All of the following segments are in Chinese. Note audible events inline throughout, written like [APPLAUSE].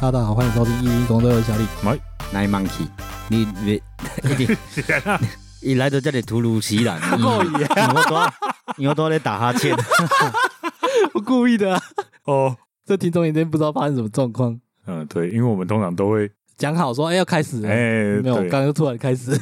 哈，大家好，欢迎收听一一公的小李。那 monkey，你你你你来到这里突如其来，你哦耶你又多你又多在打哈欠， [LAUGHS] 我故意的、啊，哦，这听众已经不知道发生什么状况。嗯，对，因为我们通常都会，讲好说，哎、要开始了，哎，没有，对，刚刚又突然开始。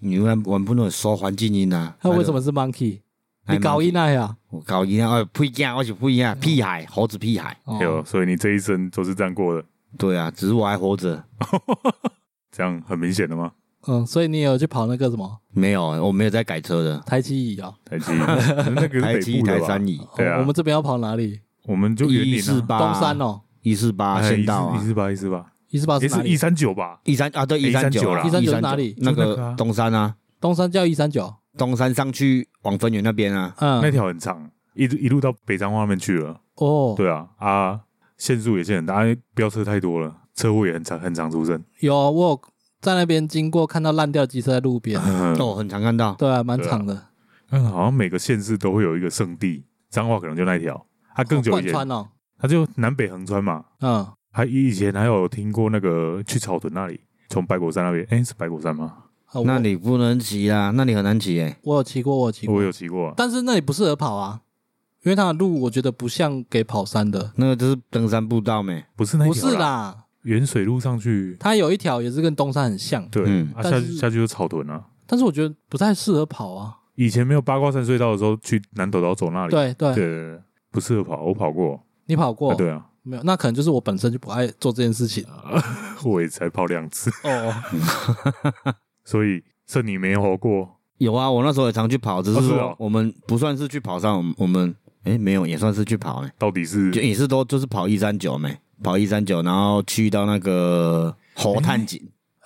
你们我们不能说环境音啊。那为什么是 monkey？哎你搞音那呀？我搞音啊？哦屁呀，我是屁呀，屁孩，猴子屁孩。哦有，哎所以你这一生都是这样过的， [LAUGHS] 对啊，只是我还活着。这样很明显的吗？嗯，所以你有去跑那个什么没有，我没有在改车的，台七乙啊？台 [LAUGHS] 七，那个台是北七、部的台吧三？乙，对啊哦我们这边要跑哪里？我们就园一林四啊，哎八，东山，哦，一四八县道一啊，四八一四八，一四八也是哪是一里？三九吧？一三啊，对，一三九啦， 139啦139是哪里那就那个啊个东山啊，东山叫一三九，东山上去往分园那边啊，那嗯，条很长，一直一路到北彰化那边去了。哦，对啊，啊，限速也是很大，因为飙车太多了，车祸也很常很常出生。有我有在那边经过，看到烂掉机车在路 [LAUGHS] 边，哦，很常看到。对啊，蛮对啊长的。嗯，好像每个县市都会有一个圣地，彰化可能就那一条。它更久以贯前，穿哦，它就南北横穿嘛。嗯，还以前还有听过那个去草屯那里，从白果山那边，哎、是白果山吗？啊那我你不能骑啊，那你很难骑哎、我有骑过，我有骑过，我有骑过、啊，但是那里不适合跑啊，因为它的路我觉得不像给跑山的，那个就是登山步道没？不是那一不条是，啦，沿水路上去，它有一条也是跟东山很像，对，嗯啊但下是去下去就是草屯啊。但是我觉得不太适合跑啊。以前没有八卦山隧道的时候，去南斗岛走那里，对对，对对对不适合跑，我跑过，你跑过、啊对啊， [LAUGHS] 没有？那可能就是我本身就不爱做这件事情我也才跑两次， [LAUGHS] 哦。所以剩你没有过，有啊，我那时候也常去跑，只是哦是说哦我们不算是去跑山，我们我们哎、没有也算是去跑呢、到底嗯是就也是都就是跑一三九没，跑一三九，然后去到那个猴探井，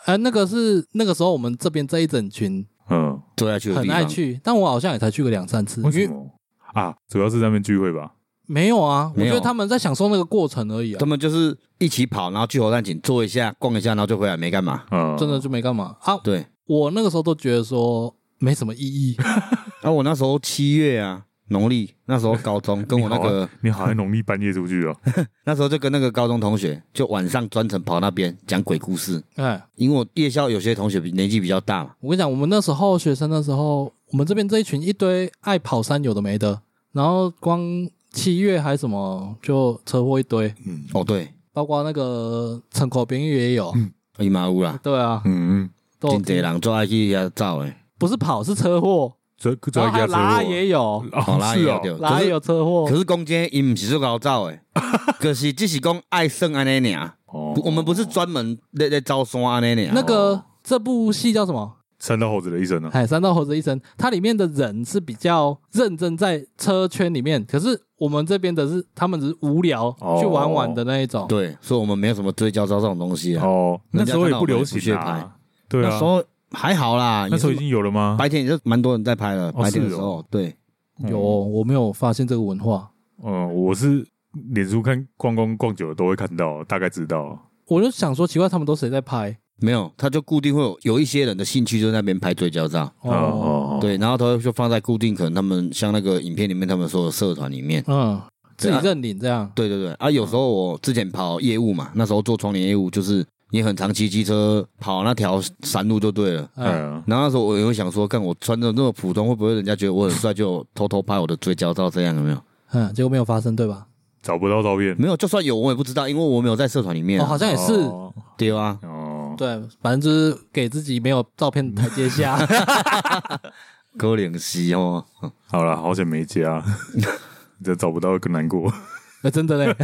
呃，那个是那个时候我们这边这一整群嗯，最爱去的地很方。爱去，但我好像也才去个两三次，为因什为么啊？主要是在那边聚会吧，没有啊，我没有觉得他们在享受那个过程而已啊他，们就是一起跑，然后去猴探井坐一下、逛一下，然后就回来，没干嘛。嗯，真的就没干嘛啊。对，我那个时候都觉得说没什么意义，啊，我那时候七月啊，农历那时候高中，跟我那哦个你好像农历半夜出去 [LAUGHS] 哦，那时候就跟那个高中同学，就晚上专程跑那边讲鬼故事，哎，因为我夜校有些同学比年纪比较大嘛，我跟你讲，我们那时候学生的时候，我们这边这一群一堆爱跑山有的没的，然后光七月还什么就车祸一堆，嗯哦对，包括那个城口边域也有，伊妈乌啦，对啊，嗯，都有真侪人做爱去遐走诶，不是跑是车祸，主主然要后还有压拉车啊也有，哦，啦是也哦，对，可拉也是有车祸可，是公鸡伊毋是做搞走 [LAUGHS] 诶，可是只是讲爱耍安尼尔，哦不我们不是专门咧咧招山安尼尔，那个这部戏叫什么？三道猴子的一生啊，哎，三道猴子一生，它里面的人是比较认真在车圈里面，可是我们这边的是他们只是无聊哦去玩玩的那一种。对，所以我们没有什么追焦招这种东西啊，哦，人那家时候看也到不流我们也行不屑拍啊，对那啊，时候还好啦，那时候也已是经有了吗？白天也是蛮多人在拍了，哦白天的是时哦候对，有，我没有发现这个文化。嗯，我是脸书看逛逛逛久了都会看到，大概知道。我就想说，奇怪，他们都谁在拍？没有，他就固定会有有一些人的兴趣就在那边拍追焦照，哦哦，对，然后他就放在固定可能他们像那个影片里面他们说的社团里面。嗯，自己对啊认领这样。对对对啊，有时候我之前跑业务嘛，那时候做窗帘业务，就是也很常骑机车跑那条山路就对了。嗯，嗯，然后那时候我也会想说，看我穿的那么普通，会不会人家觉得我很帅，就偷偷拍我的追焦照这样有没有？嗯，结果没有发生，对吧？找不到照片。没有，就算有我也不知道，因为我没有在社团里面、哦，啊。好像也是，哦对啊，哦，对，反正就是给自己没有照片台阶下。可怜西哦，好了，好险没 [LAUGHS] 加，这找不到更难过。呃真的嘞，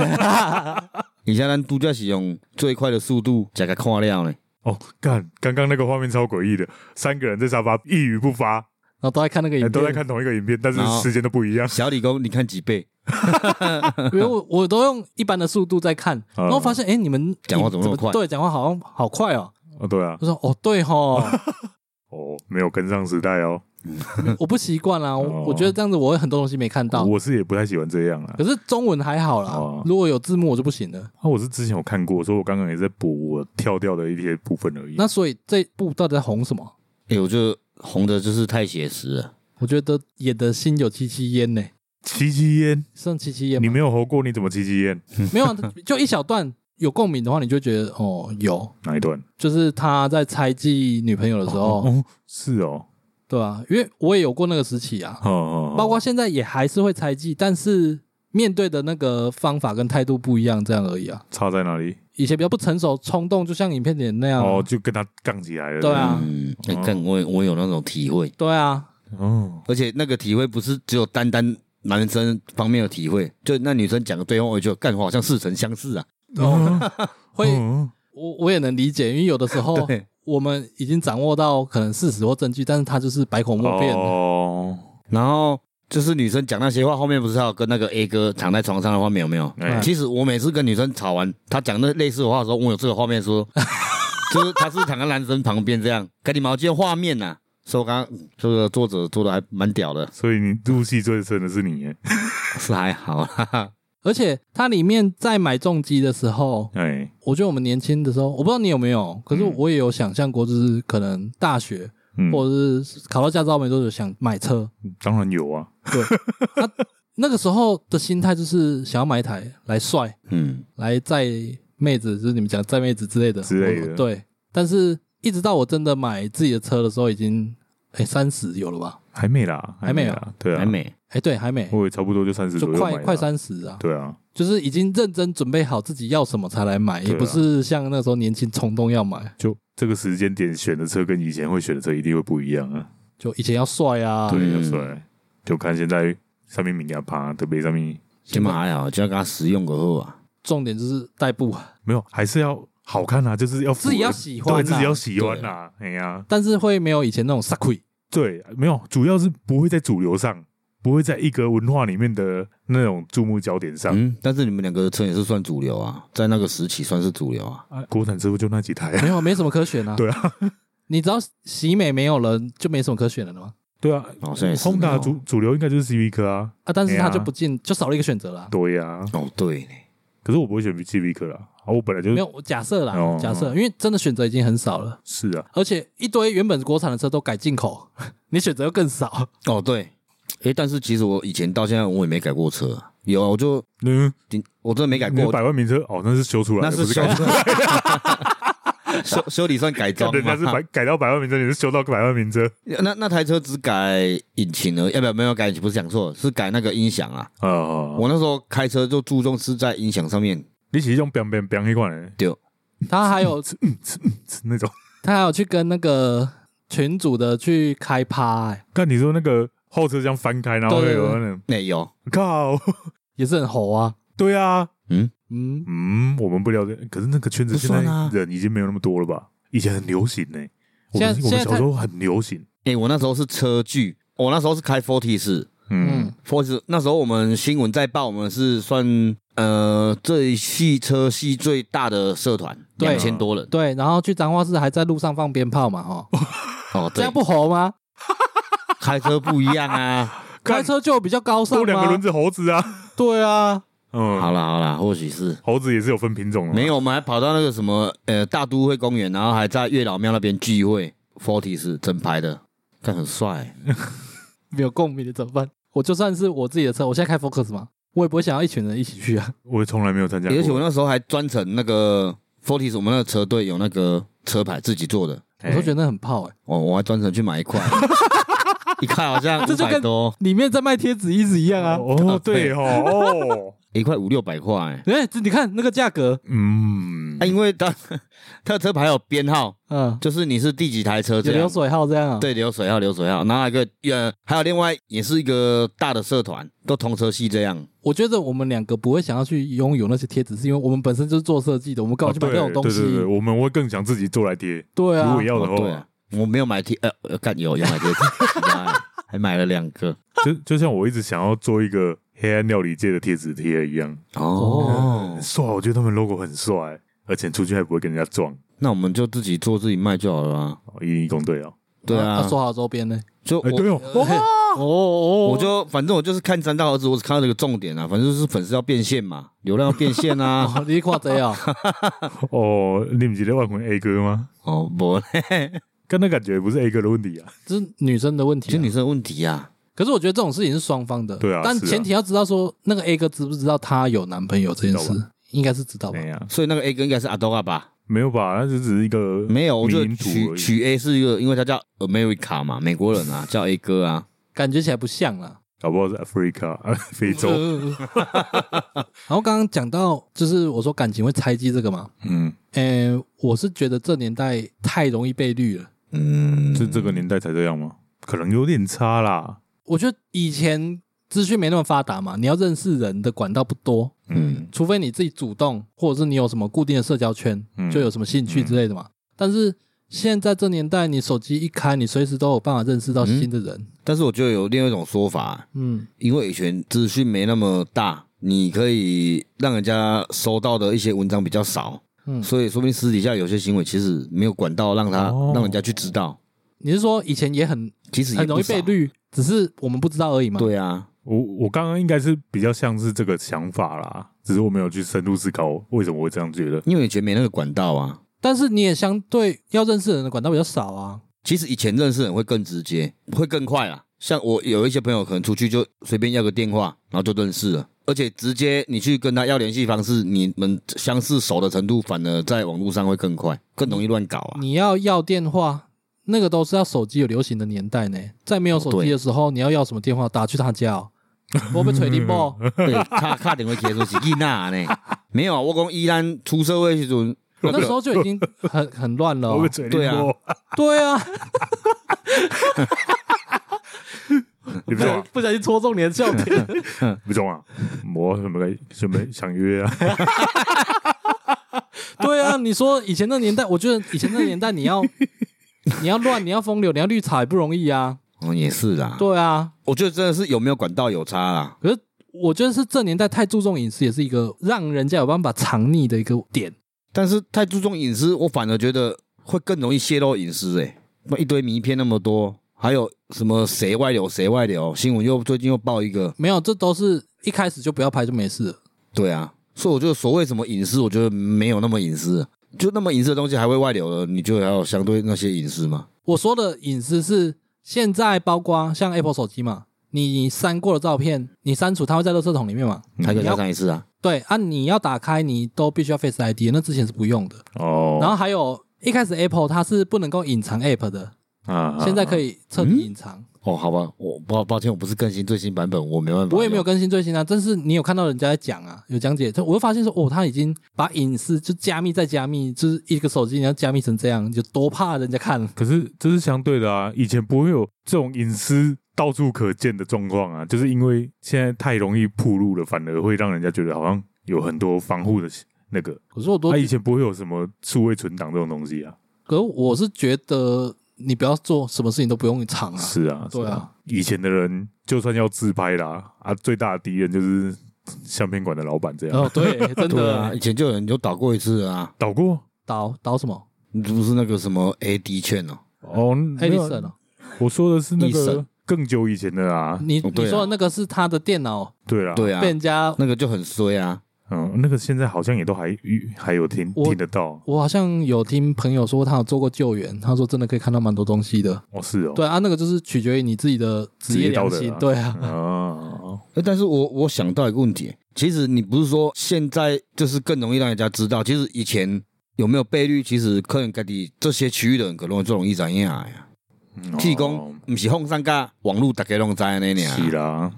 以前咱度假是用最快的速度加个看料呢。哦，干，刚刚那个画面超诡异的，三个人在沙发一语不发，哎然后都在看那个影片，都在看同一个影片，但是然后时间都不一样。小李公，你看几倍？因为我我都用一般的速度在看，嗯然后发现哎，诶你们讲话怎么那么快对，讲话好像好快哦。哦，对啊，我说哦，对吼，哦，没有跟上时代哦。我不习惯啦，我哦我觉得这样子我会很多东西没看到。我是也不太喜欢这样啦。可是中文还好啦哦，如果有字幕我就不行了。啊，我是之前有看过，所以我刚刚也在补我跳掉的一些部分而已。那所以这部到底在红什么？哎、我觉得红的就是太写实了。我觉得演的心有戚戚焉呢，七七烟，剩戚戚焉你吗？没有猴过，你怎么七七烟？ [LAUGHS] 没有啊，就一小段，有共鸣的话，你就觉得哦有，哪一段？就是他在猜忌女朋友的时候，哦，是哦，对啊，因为我也有过那个时期啊，哦哦，包括现在也还是会猜忌，但是面对的那个方法跟态度不一样，这样而已啊。差在哪里？以前比较不成熟、冲动，就像影片里的那样啊，哦，就跟他杠起来了。对啊嗯，哎干我也我有那种体会，对啊，哦，而且那个体会不是只有单单男生方面的体会，就那女生讲的对话，我就干我好像似曾相识啊。哦， [LAUGHS] 会嗯我我也能理解，因为有的时 [LAUGHS] 候 [LAUGHS] 对我们已经掌握到可能事实或证据，但是他就是百口莫辩。哦，然后就是女生讲那些话，后面不是还有跟那个 A 哥躺在床上的画面有没有？哎嗯其实我每次跟女生吵完，她讲那类似的话的时候，我有这个画面说， [LAUGHS] 就是她是躺在男生旁边这样，跟你毛巾画面呐、啊。所以我刚刚这个作者做的还蛮屌的，所以你入戏最深的是你耶，是还好啦。而且它里面在买重机的时候，哎，我觉得我们年轻的时候，我不知道你有没有，可是嗯我也有想象过，就是可能大学、嗯，或者是考到驾照没多久想买车，当然有啊，对，啊、那个时候的心态就是想要买一台来帅，嗯，来载妹子，就是你们讲载妹子之类的之类的我对，但是一直到我真的买自己的车的时候，已经哎三十有了吧？还没啦，还没有啦，对啊，还，美。哎，对，还没，我也差不多就三十就左右快买的啊快，三十啊，对啊，就是已经认真准备好自己要什么才来买，对啊也不是像那时候年轻冲动要买，就这个时间点选的车跟以前会选的车一定会不一样啊，就以前要帅啊，对，嗯要帅，就看现在上面名牙趴特别上面起码还好，就要跟他使用过后啊。重点就是代步啊，没有，还是要好看啊，就是要符合自己要喜欢啊对自己要喜欢呐，哎呀，但是会没有以前那种 s a k 对，没有，主要是不会在主流上，不会在一个文化里面的那种注目焦点上。嗯，但是你们两个的车也是算主流啊，在那个时期算是主流啊。啊国产车就那几台，没有没什么可选啊，对啊，你只要喜美没有了，就没什么可选的了嘛，对啊，好像也是。轰达主主流应该就是 Civic 啊，啊，但是哎他呀就不进，就少了一个选择了啊。对啊，哦，对呢，可是我不会选 Civic 啦，啊，我本来就没有，我假设啦，哦假设，因为真的选择已经很少了，是啊，而且一堆原本国产的车都改进口， [LAUGHS] 你选择又更少。哦对，诶，但是其实我以前到现在我也没改过车啊，有啊，我就嗯，顶我真的没改你的过，百万名车哦，那是修出来那的，不是是修改 [LAUGHS] 修修理算改装人家是嘛改？改到百万名车，你是修到百万名车那那台车只改引擎而已，要不要没有改引擎，不是讲错了，是改那个音响啊。啊。我那时候开车就注重是在音响上面，你其实用 biang biang biang 那款的他还 [LAUGHS] 有是那种，他还有去跟那个群主的去开趴、欸，看你说那个后车厢翻开，然后对对会有对那种那哎有，靠，也是很猴啊。对啊，嗯，嗯，嗯，我们不了解，可是那个圈子不现算在啊人已经没有那么多了吧？以前很流行呢、我现们在我现们在小时候很流行，诶，哎我那时候是车距，我那时候是开 Forty 四嗯， ，Forty 那时候我们新闻在报，我们是算呃这一系车系最大的社团，对两千多人对，然后去彰化市还在路上放鞭炮嘛，哦，哦，这对样，不猴吗？开车不一样啊。 [LAUGHS] 开车就比较高尚多两个轮吗？子猴子啊，对啊，嗯，好啦好啦，或许是猴子也是有分品种的，没，有，我们还跑到那个什么呃大都会公园，然后还在月老庙那边聚会，Forty 是整排的，看很帅、没有共鸣的怎么办？我就算是我自己的车，我现在开 Focus 嘛，我也不会想要一群人一起去 [LAUGHS] 啊。我也从来没有参加过，而且我那时候还专程那个 Forty 我们那个车队有那个车牌自己做的，我都觉得得那很炮哎、哦，我还专程去买一 [LAUGHS] 块，一块好像这五就百跟多，里面在卖贴纸一直一样啊。哦，对哦，哦，一块五六百块、欸。哎、这你看那个价格，嗯啊，，因为它它的车牌有编号，嗯，就是你是第几台车有这流样。水号这样啊。，对，流水号，流水号，然后还有一个呃，还有另外也是一个大的社团，都同车系这样。我觉得我们两个不会想要去拥有那些贴纸，是因为我们本身就是做设计的，我们干嘛去买啊那种东西？对对对，我们会更想自己做来贴，对如啊果，要的哦对话啊，，我没有买贴，呃，呃干有有买 [LAUGHS] 贴纸，还买了两个。 [LAUGHS] 就就像我一直想要做一个黑暗料理界的贴纸贴一样，哦很，帅，我觉得他们 logo 很帅，而且出去还不会跟人家撞，那我们就自己做自己卖就好了啊。哦一一公对哦，对啊，说好周边呢？就哎，对我哦，嘿哦哦我就反正我就是看三大儿子，我只看到这个重点啊，反正就是粉丝要变现嘛，流量要变现啊。 [LAUGHS] 哦你看这样， [LAUGHS] 哦，你们记得万魂 A 哥吗？哦，不，跟那感觉不是 A 哥的问题啊。这是女生的问其题实啊、女生的问题啊，可是我觉得这种事情是双方的，对啊但是啊前提要知道说那个 A 哥知不知道她有男朋友这件知道事，应该是知道吧哎？呀，所以那个 A 哥应该是阿多拉啊吧？没有吧？那就只是一个没有，我迷觉得因图取而已取 A 是一个，因为他叫 America 嘛，美 [LAUGHS] 国人啊，叫 A 哥啊。感觉起来不像啦。搞不好是 Africa [LAUGHS] 非洲，嗯呃然后刚刚讲到，就是我说感情会猜忌这个嘛，嗯，诶、我是觉得这年代太容易被绿了。嗯，是这个年代才这样吗？可能有点差啦，我觉得以前资讯没那么发达嘛，你要认识人的管道不多，嗯除非你自己主动，或者是你有什么固定的社交圈，嗯就有什么兴趣之类的嘛。但是现在这年代，你手机一开，你随时都有办法认识到嗯新的人。但是我觉得有另外一种说法，嗯，因为以前资讯没那么大，你可以让人家收到的一些文章比较少，嗯所以说不定私底下有些行为其实没有管道让他、哦让人家去知道，你是说以前也很其实也很容易不少被。绿，只是我们不知道而已嘛？，对啊，我我刚刚应该是比较像是这个想法啦，只是我没有去深入思考为什么我会这样觉得。因为以前没那个管道啊。但是你也相对要认识的人的管道比较少啊。其实以前认识人会更直接，会更快啊。像我有一些朋友可能出去就随便要个电话，然后就认识了，而且直接你去跟他要联系方式，你们相似熟的程度反而在网络上会更快，更容易乱搞 [LAUGHS] 啊。你要要电话，那个都是要手机有流行的年代呢，在没有手机的时候，你要要什么电话？打去他家、哦，我被锤你爆。对，卡卡点会贴出是伊娜呢，没有啊，我讲依然出社会的时阵，那时候就已经很很乱了、我哦被。嘴对里啊摸，对啊，你不中啊， [LAUGHS] 不小心戳中你的笑点。不中啊，我什么什么想 [LAUGHS] 约啊？对啊，你说以前那年代，我觉得以前那年代你要你要乱，你要风流，你要绿茶也不容易啊。嗯，也是啦。对啊，我觉得真的是有没有管道有差啦。可是我觉得是这年代太注重隐私，也是一个让人家有办法藏匿的一个点。但是太注重隐私，我反而觉得会更容易泄露隐私、欸。哎，那一堆名片那么多，还有什么谁外流谁外流，新闻又最近又爆一个，没有，这都是一开始就不要拍就没事了。对啊，所以我觉得所谓什么隐私，我觉得没有那么隐私，就那么隐私的东西还会外流了，你就还有相对那些隐私吗？我说的隐私是现在包括像 Apple 手机嘛，你删过的照片，你删除它会在垃圾桶里面嘛？才可以你要再上一次啊，对啊，你要打开你都必须要 Face ID，那之前是不用的。哦，然后还有一开始 Apple 它是不能够隐藏 App 的，啊现在可以以彻底隐藏。哦，好吧，我抱抱歉，我不是更新最新版本，我没办法，我也没有，更新最新啊，但是你有看到人家在讲啊，有讲解，就我就发现说，哦，他已经把隐私就加密再加密，就是一个手机你要加密成这样，就多怕人家看。可是这是相对的啊，以前不会有这种隐私到处可见的状况啊，就是因为现在太容易暴露了，反而会让人家觉得好像有很多防护的那个。啊可是我都他、，以前不会有什么数位存档这种东西啊。可是我是觉得你不要做什么事情都不用藏啊。是啊，对啊是，以前的人就算要自拍啦，啊，最大的敌人就是相片馆的老板这样。哦，对，真对啊，的以前就有人就倒过一次啊，倒过倒倒什么你不是那个什么 AD 券哦，哦，艾没利有啊森哦，我说的是那医个生更久以前的啊。你哦对啊你说的那个是他的电脑对啦，对啊被，人家，那个就很衰啊，嗯，那个现在好像也都还还有听我听得到。我好像有听朋友说他有做过救援，他说真的可以看到蛮多东西的。哦，是哦，对啊，那个就是取决于你自己的职业良职业心道，德对啊，啊，欸但是我我想到一个问题，其实你不是说现在就是更容易让人家知道，其实以前有没有倍率，其实可能家己这些区域的人可能最容易知影的呀。只是哦啊讲，不是放上架网络大家拢知安尼是啊尔，啦，啊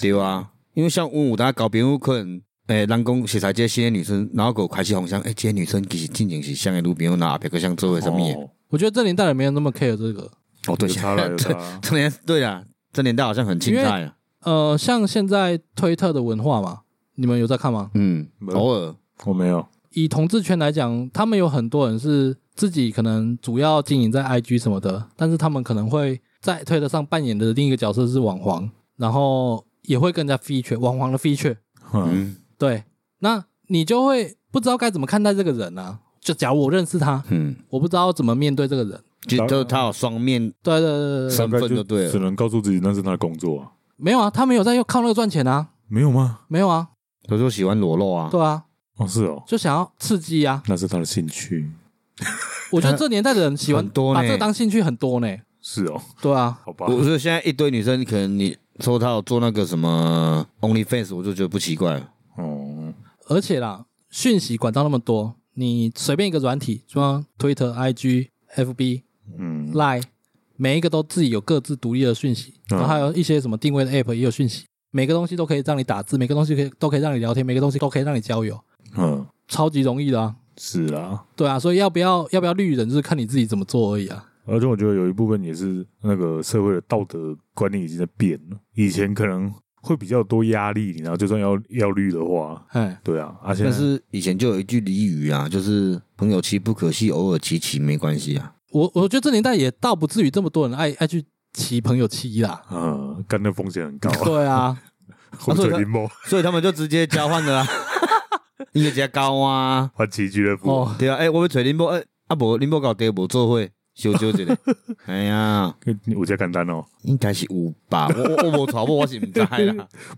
对啊。因为像我有当搞朋友可能，诶、人讲实在这些女生，然后给我开始红像，诶、这些女生其实进前是像的女朋友，那阿别个像做为什么的？哦我觉得这年代人没有那么 care 这个。哦，对，有差了，有差这啦。 [LAUGHS] 这年对啊，这年代好像很青菜啊，呃，像现在推特的文化嘛，你们有在看吗？嗯，没有偶尔，我没有，以同志圈来讲，他们有很多人是自己可能主要经营在 IG 什么的，但是他们可能会在推特上扮演的另一个角色是网黄，然后也会更加 feature 网黄的 feature。嗯嗯对，那你就会不知道该怎么看待这个人啊。就假如我认识他，嗯，我不知道怎么面对这个人。就就他有双面对对对对对对，身份就对了只。能告诉自己那是他的工作啊，没有啊，他没有在靠那个赚钱啊，没有吗？没有啊，有时候喜欢裸露啊，对啊，哦，是哦，就想要刺激啊。那是他的兴趣，我觉得这年代的人喜欢很多呢把这个当兴趣很多呢。是哦，对啊，好吧我，我觉得现在一堆女生，可能你说她有做那个什么 OnlyFans，我就觉得不奇怪了。哦，而且啦，讯息管道那么多，你随便一个软体，像 Twitter、IG、FB、嗯， Line，每一个都自己有各自独立的讯息，嗯然后还有一些什么定位的 App 也有讯息，每个东西都可以让你打字，每个东西可以都可以让你聊天，每个东西都可以让你交友，嗯，超级容易的啊。是啦。对啊，所以要不要要不要绿人，就是看你自己怎么做而已啊。而且我觉得有一部分也是那个社会的道德观念已经在变了，以前可能会比较多压力，然后就算要要绿的话，哎，对啊，而且但是以前就有一句俚语啊，就是朋友妻不可戏，偶尔骑骑没关系啊。我我觉得这年代也倒不至于这么多人爱爱去骑朋友骑啦。嗯，干的风险很高啊，对 [LAUGHS] 啊，洪水林某所以他们就直接交换了 [LAUGHS] 啊，一个加高啊，换棋俱乐部，哦，对啊，哎、我要找林波，哎、啊无林波搞对无做伙，小小一 [LAUGHS] 个，哎呀，我才简单哦，应该是有吧，我我我无传播，我是唔 [LAUGHS] 知啦。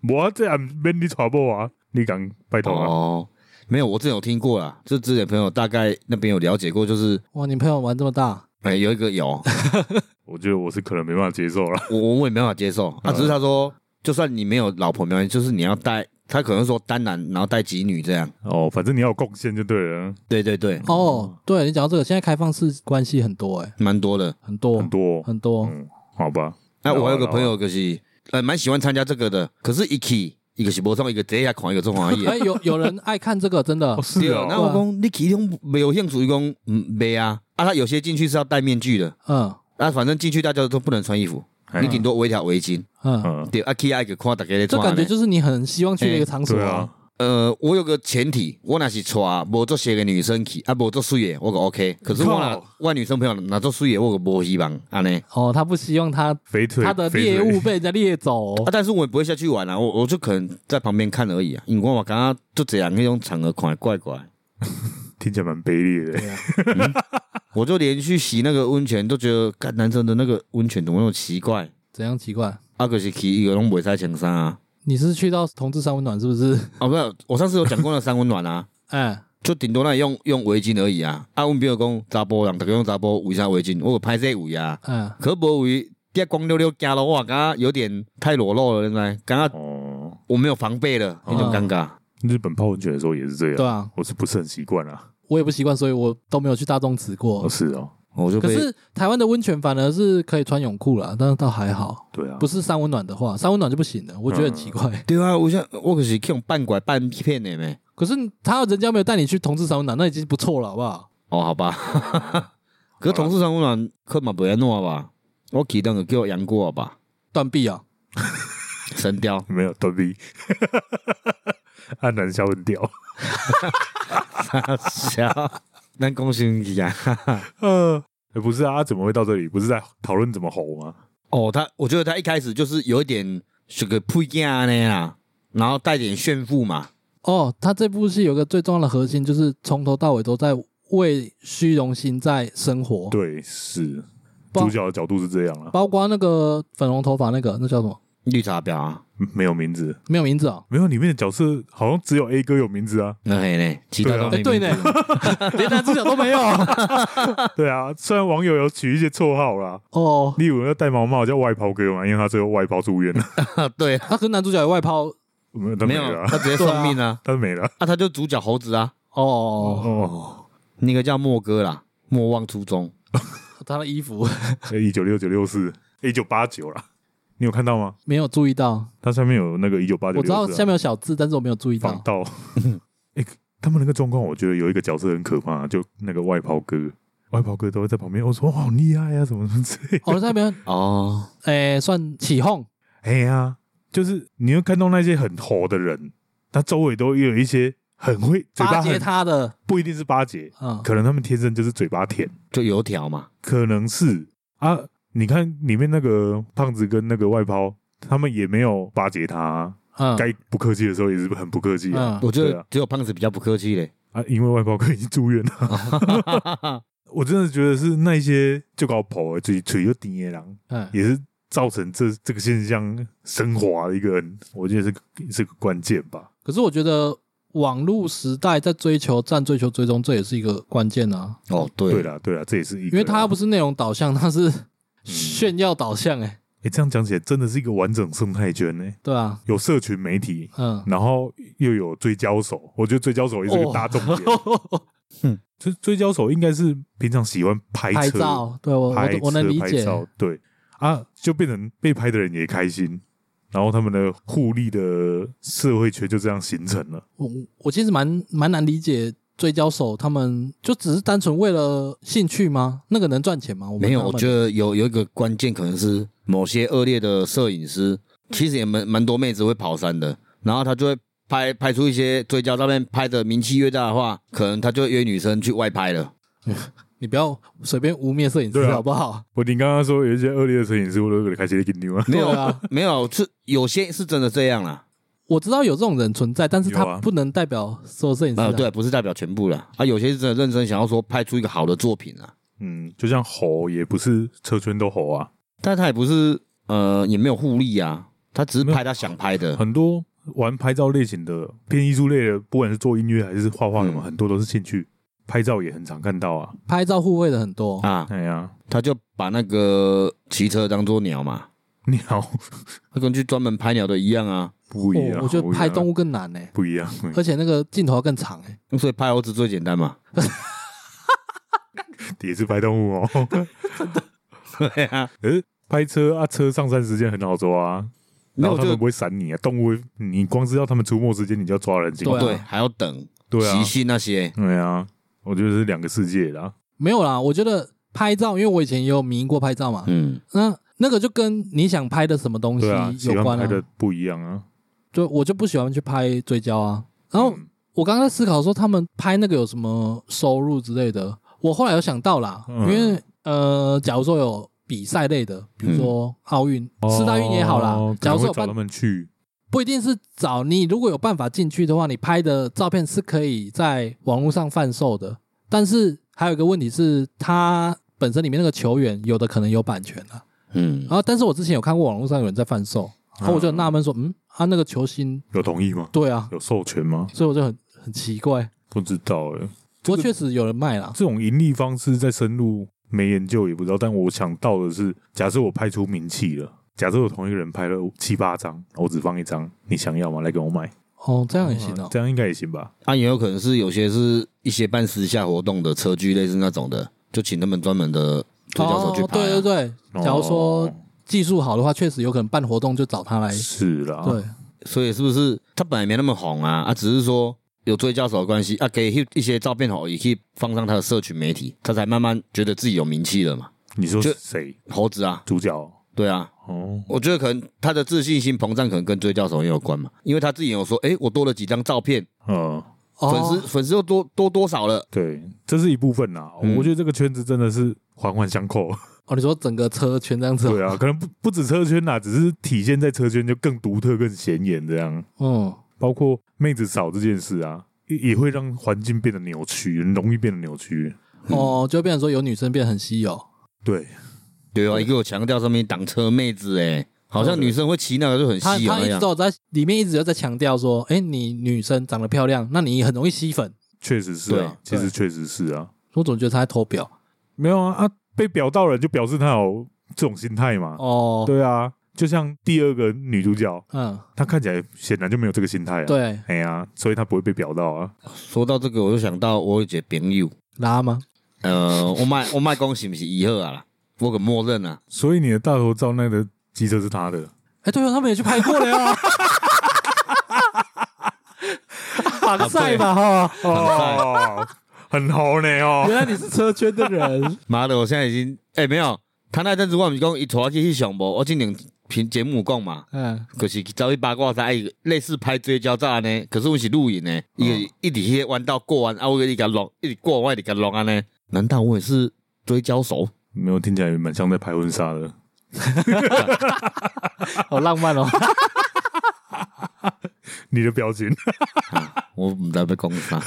我这也免你传播啊，你讲拜托啊，哦，没有，我之前有听过啦，就之前朋友大概那边有了解过，就是哇，你朋友玩这么大，哎、有一个有，我觉得我是可能没办法接受了，我我我也没办法接受，啊，只是他说，就算你没有老婆没关系，就是你要带，他可能说单男，然后带几女这样。哦，反正你要有贡献就对了，对对对，哦，对你讲到这个，现在开放式关系很多哎、蛮多的。很多很多，哦很多，嗯，好吧，那、好啊我有个朋友就是，呃，蛮喜欢参加这个的，可是一起一个是无上，一个直接下狂，一个 [LAUGHS] 中华哎、裔。有有人爱看这个，真的 [LAUGHS] 哦，是啊，那哦，我讲你其中没有兴趣，伊讲嗯没啊，啊，他有些进去是要戴面具的，嗯啊，反正进去大家都不能穿衣服，哎你顶多围一条围巾。嗯，嗯，对，啊，去啊，一个看大家在这穿感觉呢就是你很希望去的一个场所对啊，呃，我有个前提，我若是娶无做些个女生去，啊无做水的，我个 OK。可是我靠若我的女生朋友若做水的，我个无希望安尼。哦，他不希望他肥腿，他的肥猎腿物被人家猎走， [LAUGHS] 啊，但是我也不会下去玩啊，我我就可能在旁边看而已啊。因为我刚刚就这样那种场合看得怪怪， [LAUGHS] 听起来蛮卑劣的，啊我就连续洗那个温泉都觉得，干男生的那个温泉怎么那么奇怪？怎样奇怪？啊，可是去一个拢袂使穿衫啊。你是去到同志山温暖是不是？ [LAUGHS] 哦，没有，我上次有讲过那三温暖啊， [LAUGHS] 哎，就顶多那里用用围巾而已啊。啊，阮朋友讲查甫人，逐个用查甫围啥围巾，我有拍这围啊。嗯，可不为跌光溜溜加了，我感觉有点太裸露了，现刚刚哦，我没有防备了，那种尴尬。日本泡温泉的时候也是这样，对啊，我是不是很习惯啊？我也不习惯，所以我都没有去大众池哦，过。是哦，我就可被是台湾的温泉反而是可以穿泳裤啦，但是倒还好。对啊，不是三温暖的话，三温暖就不行了，我觉得很奇怪。对啊，我想我可是去用半拐半骗的没。可是他人家没有带你去同志三温暖，那已经不错了，好不好？哦，好吧。 [LAUGHS] 可是同事上温暖课嘛不要弄吧，我记得给我杨过吧，断臂啊，神雕。 [LAUGHS] 没有断 [LAUGHS] 臂，安南小很屌，那恭喜你啊！呃，欸不是啊，怎么会到这里？不是在讨论怎么吼吗？哦，他我觉得他一开始就是有一点是个配件那样啦，然后带点炫富嘛。哦，他这部戏有个最重要的核心，就是从头到尾都在为虚荣心在生活，对，是包主角的角度是这样啊，包括那个粉红头发那个，那叫什么？绿茶婊啊，，没有名字，没有名字哦。没有里面的角色好像只有 A 哥有名字啊那嘿嘞，其他对啊都哎、没对名呢字， [LAUGHS] 连男主角都没有。对啊，虽然网友有取一些绰号啦，哦，例如那戴毛帽叫外抛哥嘛，因为他最后外抛住院了，啊 [LAUGHS] 对，他跟男主角有外抛没有他没没有了他啊，直接送命啊。他没了，啊，他就主角猴子啊，哦，哦，那个叫莫哥啦，莫忘初衷。他的衣服 [LAUGHS] 哎一九六九六四，一九八九啦，你有看到吗？没有注意到，它下面有那个一九八啊九，我知道下面有小字，但是我没有注意防到。 [LAUGHS] 盗。哎、哦他们那个状况，我觉得有一个角色很可怕，就那个外袍哥，外袍哥都会在旁边，我说哇好厉害呀、啊，什么什么之类的。哦，那边哦，诶、算起哄，哎呀、就是你会看到那些很猴的人，他周围都有一些很会嘴巴巴结很，他的，不一定是巴结，嗯，可能他们天生就是嘴巴甜，就油条嘛，可能是啊。你看里面那个胖子跟那个外抛，他们也没有巴结他、啊，嗯，该、不客气的时候也是很不客气嗯，啊。我觉对得啊只有胖子比较不客气嘞。啊，因为外包哥已经住院了。我真的觉得是那一些就搞跑了，嘴嘴就顶野狼，嗯，也是造成这这个现象升华的一个人，我觉得是是个关键吧。可是我觉得网络时代在追求占、追求追踪，这也是一个关键啊，哦，对对啦，对啦，这也是一个，啊嗯因为它不是内容导向，它是炫耀导向、欸，哎、诶，这样讲起来真的是一个完整生态圈呢、欸对啊，有社群媒体，嗯，然后又有追焦手，我觉得追焦手也是个大重点。追追焦手应该是平常喜欢 [LAUGHS] 拍拍车、照，对我拍我我能车理拍解，照对啊，就变成被拍的人也开心，然后他们的互利的社会圈就这样形成了。我我其实蛮蛮难理解追焦手他们就只是单纯为了兴趣吗？那个能赚钱吗？我们没有，纳我闷觉得有有一个关键可能是某些恶劣的摄影师，其实也蛮蛮多妹子会跑山的，然后他就会拍拍出一些追焦照片，拍的名气越大的话，可能他就会约女生去外拍 [LAUGHS] 了。你不要随便污蔑摄影对师啊好不 [LAUGHS] 好？我你刚刚说有一些恶劣的摄影师，我都给他开始给牛啊。没有对啊，没有，是有些是真的这样啦。我知道有这种人存在，但是有他啊不能代表所有摄影师、啊，对，，不是代表全部啦。啊，有些是真的认真想要说拍出一个好的作品啊，嗯，就像吼也不是车圈都吼啊，但他也不是呃也没有互利啊，他只是没有拍他想拍嗯的。很多玩拍照类型的偏艺术类的，不管是做音乐还是画画什么，嗯很多都是兴趣。拍照也很常看到啊，拍照互惠的很多。啊，哎呀，他就把那个骑车当做鸟嘛，鸟他跟去专门拍鸟的一样啊，不一样，哦我觉得不一样拍动物更难呢、不一样，不一样而且那个镜头要更长哎、所以拍猴子最简单嘛。 [LAUGHS] 也是拍动物哦。 [LAUGHS] 对啊，可是拍车啊，车上山时间很好抓啊，没然有后他们就不会闪你啊，动物会你光知道他们出没时间，你就要抓人进对来啊对，还要等对啊习，性那些，对啊，我觉得是两个世界啦。没有啦，我觉得拍照，因为我以前也有迷过拍照嘛，嗯，那那个就跟你想拍的什么东西对啊，喜有欢关拍啊。的不一样啊。就我就不喜欢去拍追焦啊。然后嗯我刚刚在思考说，他们拍那个有什么收入之类的。我后来有想到啦，嗯因为呃，假如说有比赛类的，比如说奥运、四大运也好啦哦，嗯可假能如说会有找办他，们去，不一定是找你，如果有办法进去的话，你拍的照片是可以在网络上贩售的。但是还有一个问题是，它本身里面那个球员有的可能有版权啊。嗯然，后，但是我之前有看过网络上有人在贩售，然后我就很纳闷说，嗯，啊那个球星，有同意吗？对啊，有授权吗？所以我就很很奇怪。不知道哎、不过确实有人卖啦，这种盈利方式在深入没研究也不知道，但我想到的是，假设我拍出名气了，假设我同一个人拍了七八张，我只放一张，你想要吗？来跟我买，哦，这样也行哦。这样应该也行吧？啊，也有可能是有些是一些办私下活动的车具类似那种的，就请他们专门的推销手去哦，拍、啊对对对，假如说哦技术好的话，确实有可能办活动就找他来。是啊啦，对，所以是不是他本来没那么红啊？啊，只是说有追加手的关系啊，给一些照片好，也可以放上他的社群媒体，他才慢慢觉得自己有名气了嘛。你说就是谁猴子啊，主角？对啊，哦，我觉得可能他的自信心膨胀，可能跟追加手也有关嘛，因为他自己有说，诶，我多了几张照片，呃，粉哦丝，粉丝又多多多少了。对，这是一部分啦。嗯我觉得这个圈子真的是环环相 [LAUGHS] 扣，哦，你说整个车圈这样子哦，对啊，可能不不止车圈啦，只是体现在车圈就更独特、更显眼这样。嗯，包括妹子少这件事啊，也也会让环境变得扭曲，很容易变得扭曲。哦，就变成说有女生变得很稀有，对，对啊，一个有强调上面挡车妹子、诶，好像女生会骑那个就很他稀有他那一直样都。有在里面一直有在强调说，哎，你女生长得漂亮，那你很容易吸粉。确实是啊，其对实确实是啊，我总觉得他在偷表没有啊啊，被表到了就表示他有这种心态嘛。哦，对啊，就像第二个女主角，嗯，她看起来显然就没有这个心态啊。，对，哎呀、所以她不会被表到啊。说到这个，我就想到我有一个朋友，拉吗？呃，我卖我卖讲是不是以后啊啦？我可默认啊，所以你的大头照那个机车是他 [LAUGHS] 的，哎，对哦，他们也去拍过了哟。 [LAUGHS] 防晒吧哈，哦，很红呢哦。原来你是车圈的人妈的，我现在已经哎、没有，他那阵子我毋是讲伊带我去去上无，我之前评节目有讲嘛， [LAUGHS] 嗯，就是走去八卦山，哎，类似拍追焦照安尼，可是阮是露营呢，伊、个一直迄个弯道过完，啊，我一直甲弄，一直过完，我一直甲弄安尼，难道我也是追焦手？没有，听起来也蛮像在拍婚纱的。好浪漫哦。你的表情，我毋知要讲啥，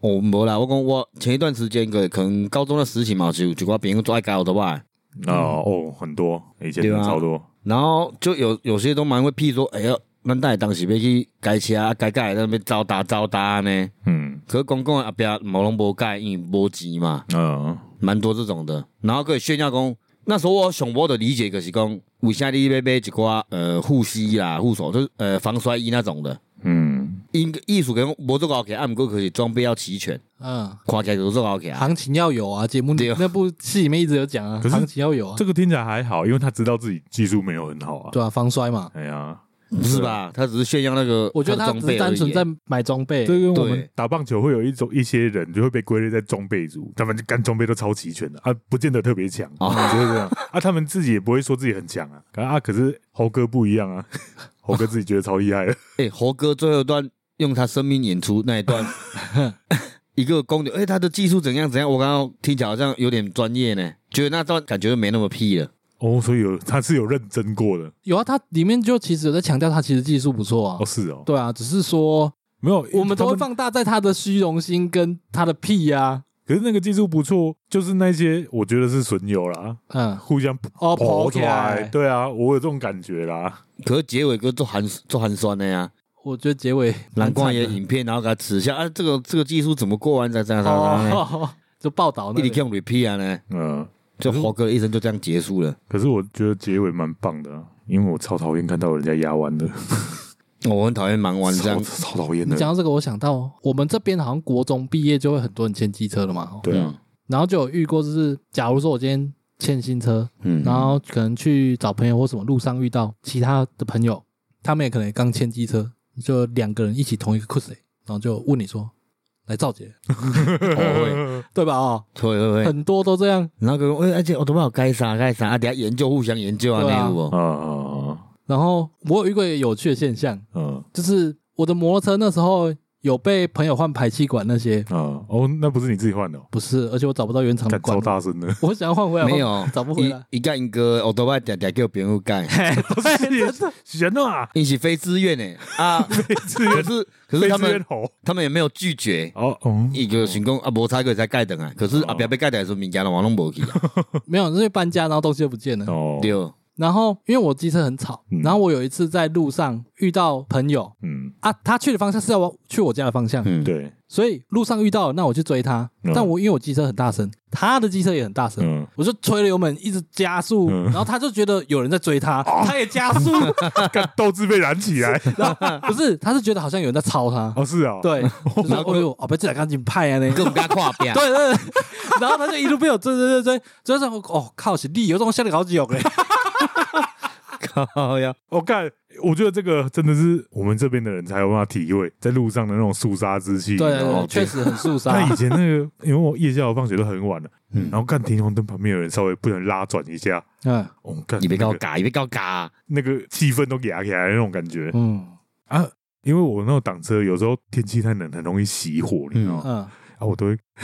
我无啦，我讲我前一段时间个可能高中的时期嘛，是有一寡朋友做爱搞我的吧。哦哦，很多，以前对啊超多。然后就有有些都蛮会屁说，哎呀，咱带当时要去改车啊，改改在那边招搭招搭呢。嗯可是公公阿伯毛拢无改，因为无钱嘛，嗯，蛮多这种的。然后可以炫耀讲，那时候我想我的理解就是讲，为啥你要买一寡呃护膝啦、护手，就是呃防摔衣那种的。嗯，因艺术跟无做高级，啊，毋过可是装备要齐全，嗯，看起来就是做高级啊。行情要有啊，节目里对哦那部戏里面一直有讲啊，可是行情要有啊这，个听起来还好，因为他知道自己技术没有很好啊。对啊，防摔嘛，哎呀，不是吧？他只是炫耀那个，我觉得他他只的装是备而单已纯在买装备，这跟我们对打棒球会有一种一些人就会被归类在装备组，他们就干装备都超齐全的啊，不见得特别强，哦啊，就会这样啊。他们自己也不会说自己很强啊，啊，可是猴哥不一样啊， [LAUGHS] 猴哥自己觉得超厉害的，哎、猴哥最后一段用他生命演出那 [LAUGHS] 一段，一个公牛，哎、他的技术怎样怎样，我刚刚听起来好像有点专业呢，觉得那段感觉就没那么屁了。哦，所以有他是有认真过的，有啊，他里面就其实有在强调他其实技术不错啊哦，，是哦，对啊，只是说没有，我们都会他放大在他的虚荣心跟他的屁啊呀，可是那个技术不错，就是那些我觉得是损友啦，嗯，互相哦，跑跑起出来来，，对啊，我有这种感觉啦。可是结尾哥做寒做寒酸的呀、我觉得结尾难怪也蛮惨影片，然后给他耻笑啊，这个这个技术怎么过完再这样的这样，这样哦， [LAUGHS] 就报道那哎一里直用 repeat 啊呢，嗯，就猴哥的一生就这样结束了。可是我觉得结尾蛮棒的啊、因为我超讨厌看到人家压弯的，哦我很讨厌盲玩这超样，超讨厌你的。讲到这个，我想到我们这边好像国中毕业就会很多人签机车了嘛，对啊，然后就有遇过，就是假如说我今天欠新车，嗯，然后可能去找朋友或什么路上遇到其他的朋友，他们也可能也刚签机车，就两个人一起同一个 cos，然后就问你说来赵姐， [LAUGHS] 哦 [LAUGHS] 对吧？哦，会会会会，很多都这样，然后哥，哎，而且我都不知道该啥该啥，啊，等下研究互相研究啊，对啊那我啊啊然后我有遇过一个有趣的现象，啊就是我的摩托车那时候有被朋友换排气管那些，啊！哦，那不是你自己换的、哦，不是，而且我找不到原厂的干管超，大声的， [LAUGHS] 我 [LAUGHS] 想要换回来，没有找不回来。一一干一个，我都把点点叫别人干，哎 [LAUGHS] 人啊，一起非自愿呢啊！自可愿是可是他非自愿们吼他们也没有拒绝，哦哦一个成功啊，无差个才盖等啊。可是哦啊，不要被盖等的时候，物件拢拢无去啊，没有，因为搬家，然后东西就不见了。哦，对，然后因为我机车很吵，嗯然后我有一次在路上遇到朋友嗯，啊，他去的方向是要我去我家的方向，嗯，对，所以路上遇到了，那我去追他，嗯但我因为我机车很大声，他的机车也很大声。嗯，我就吹了油门，一直加速，嗯然后他就觉得有人在追 [LAUGHS] 他，他也加速，干斗志被燃起 [LAUGHS] 来，然后不是，他是觉得好像有人在超他，哦是啊，， [LAUGHS] 对，就说哎呦，啊，不，这俩赶紧派 [LAUGHS] 啊那个，跟我们家跨边，对对， [LAUGHS] 对然后他就一路被我追追追追，追上我，哦靠，是力有种吓得好久哎，靠呀，我、看，哦我觉得这个真的是我们这边的人才有办法体会，在路上的那种肃杀之气。对对，你知道对吗确。实很肃杀那，以前那个，因为我夜校放学都很晚了，嗯然后看停红灯旁边有人稍微不能拉转一下，嗯我、哦、看你别那搞个嘎，你别搞嘎，那个气氛都压起来的那种感觉、嗯啊！因为我那种挡车有时候天气太冷，很容易熄火，你知道吗？嗯，啊，我都会 [LAUGHS]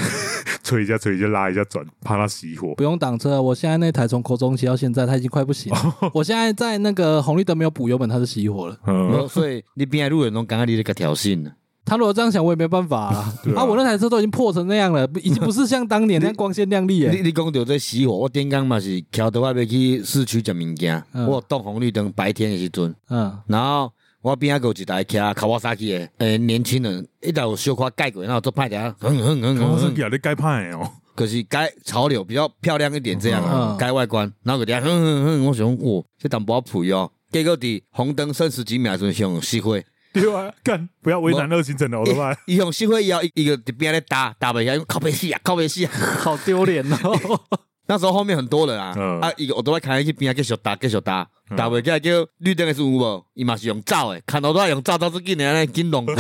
吹一下、吹一下、拉一下转，怕它熄火。不用挡车，我现在那台从国中骑到现在，它已经快不行 [LAUGHS] 了。我现在在那个红绿灯没有补油门，它就熄火了。然后嗯，所以你边的路人拢感觉你在个挑衅呢，他如果这样想，我也没办法啊。对啊啊，我那台车都已经破成那样 [LAUGHS] 了，不已经不是像当年那样光鲜亮丽你耶。你讲到这熄火，我顶刚嘛是桥头外边去市区食物件，嗯我有动红绿灯白天的时阵，嗯，然后我边啊有一台车卡瓦萨奇的，诶、年轻人一台有小可盖过，然后做歹条，哼哼哼我哼是嗯哼，给你该怕的哦， [LAUGHS] 可是该潮流比较漂亮一点这样啊嗯，该、外观，然后个底哼哼哼，我想哇，这淡薄肥哦，结果伫红灯剩十几秒的时阵向熄火，对啊，干不要为嗯难二行程的，我都怕。伊向熄火以后，伊个伫边咧打打袂起来，因为靠背死啊，靠背死啊。 [LAUGHS] 好丢脸哦。那时候后面很多人啊，嗯啊，伊我都要开去边啊，继续打，继续打，嗯打袂起来叫绿灯的时候有无？伊嘛是用走的，看到都要用走，到最近的安尼 [LAUGHS] 紧弄过。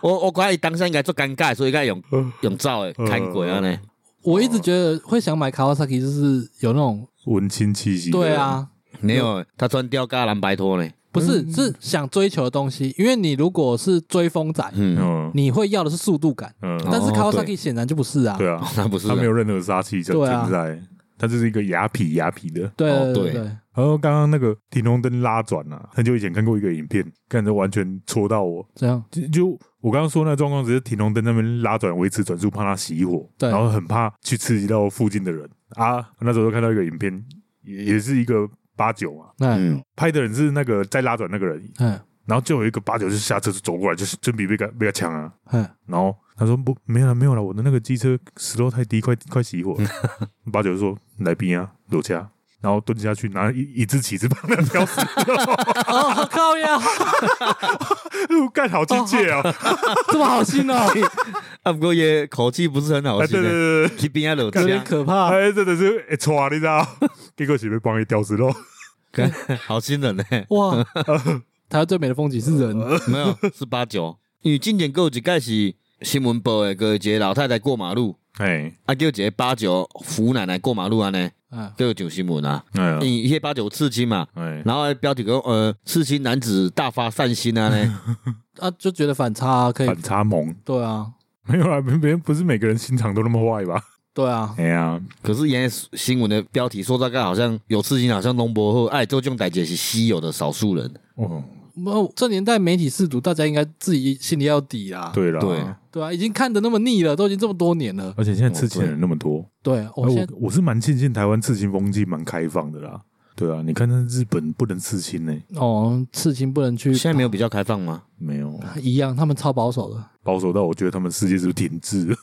我我感觉伊当下应该足尴尬，所以应该用用走的嗯看啊过安尼。 [LAUGHS] 我一直觉得会想买 Kawasaki，就是有那种文青气息。对，啊，嗯没有，他穿吊嘎蓝白拖呢。不是是想追求的东西，因为你如果是追风仔，嗯，嗯你会要的是速度感，嗯，但是哦 Kawasaki 对显然就不是啊。对啊，那不是它啊没有任何杀气存对啊存在，它就是一个雅痞雅痞的。对哦对对对，然后刚刚那个停红灯拉转啊，很久以前看过一个影片，感觉完全戳到我。这样就就我刚刚说那状况，只是停红灯那边拉转维持转速，怕它熄火，对然后很怕去刺激到附近的人啊。那时候就看到一个影片，也也是一个八九嘛，那嗯，拍的人是那个在拉转那个人，嗯然后就有一个八九就下车就走过来，就是真比被他被他抢啊，嗯然后他说不，没有了，没有了，我的那个机车石头太低，快快熄火了。八九就说来宾啊，裸掐，然后蹲下去拿一一只旗子帮他挑石头，哦，靠呀， [LAUGHS] [LAUGHS] 干好亲切啊！这么好心哦，啊，不过也口气不是很好哎，对对听的，对对，去边啊，有楼点下，可怕。哎，真的是哎抓你知道， [LAUGHS] 结果是被帮你叼石头，看 [LAUGHS] 好心人呢、哇，台湾最美的风景是人， [LAUGHS] 没有是八九。因为今年还有一届是新闻报的，个一个老太太过马路，哎啊，叫一个八九扶奶奶过马路安尼，嗯，都有上新闻啊。哎呀因为迄八九刺青嘛，哎，然后还标题讲呃刺青男子大发善心啊 [LAUGHS] 呢，啊，就觉得反差啊可以，反差萌对啊，没有啦，别别不是每个人心肠都那么坏吧？对啊，哎呀，可是原来新闻的标题说大概好像有刺青，好像龙伯后，哎，周种代姐是稀有的少数人。哦，没这年代媒体试读，大家应该自己心里要有底啦，对了，对对啊，已经看的那么腻了，都已经这么多年了，而且现在刺青的人那么多，对我哎哦现在我我是蛮庆幸台湾刺青风气蛮开放的啦。对啊，你看那日本不能刺青呢、哦，刺青不能去，现在没有比较开放吗？没有一样，他们超保守的。保守到我觉得他们世界是不是停滞 [LAUGHS] 了？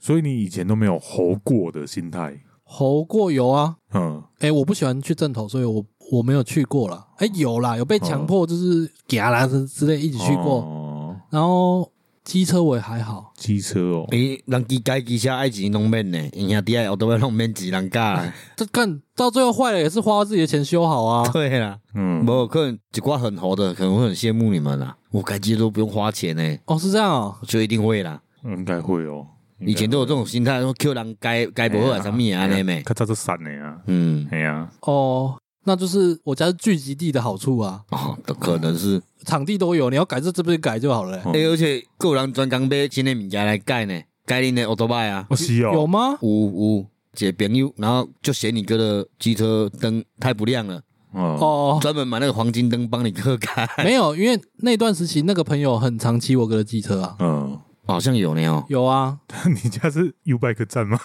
所以你以前都没有猴过的心态，猴过油啊，嗯，哎，我不喜欢去正头，所以我我没有去过啦。哎，有啦，有被强迫就是夹啦之之类一起去过，哦，然后机车我也还好，机车哦，哎诶、哎人机改机车爱钱拢免呢，因兄弟爱后都要拢免钱人家的。这干到最后坏了也是花自己的钱修好 [LAUGHS] 啊。 [LAUGHS] 对啦，嗯，无可能一挂很猴的可能会很羡慕你们啦。我改机都不用花钱呢，哦，是这样哦，就一定会啦。应该会哎哦，以前都有这种心态，说 Q 人改改不好啊，什么啊尼咩？咔嚓就散了呀，嗯，哎呀，哦，那就是我家是聚集地的好处啊，哦，都可能是。场地都有，你要改这这边改就好了、欸。哦诶、而且还有人专工买新的物件来改呢，改恁的奥特曼啊。哦是有哦，吗？有有，一个朋友，然后就嫌你哥的机车灯太不亮了，哦， [LAUGHS] 哦，专门买那个黄金灯帮你哥 [LAUGHS] 改。没有，因为那段时期那个朋友很常骑我哥的机车啊。嗯，好像有呢哦。有啊，你家是 U Bike 站吗？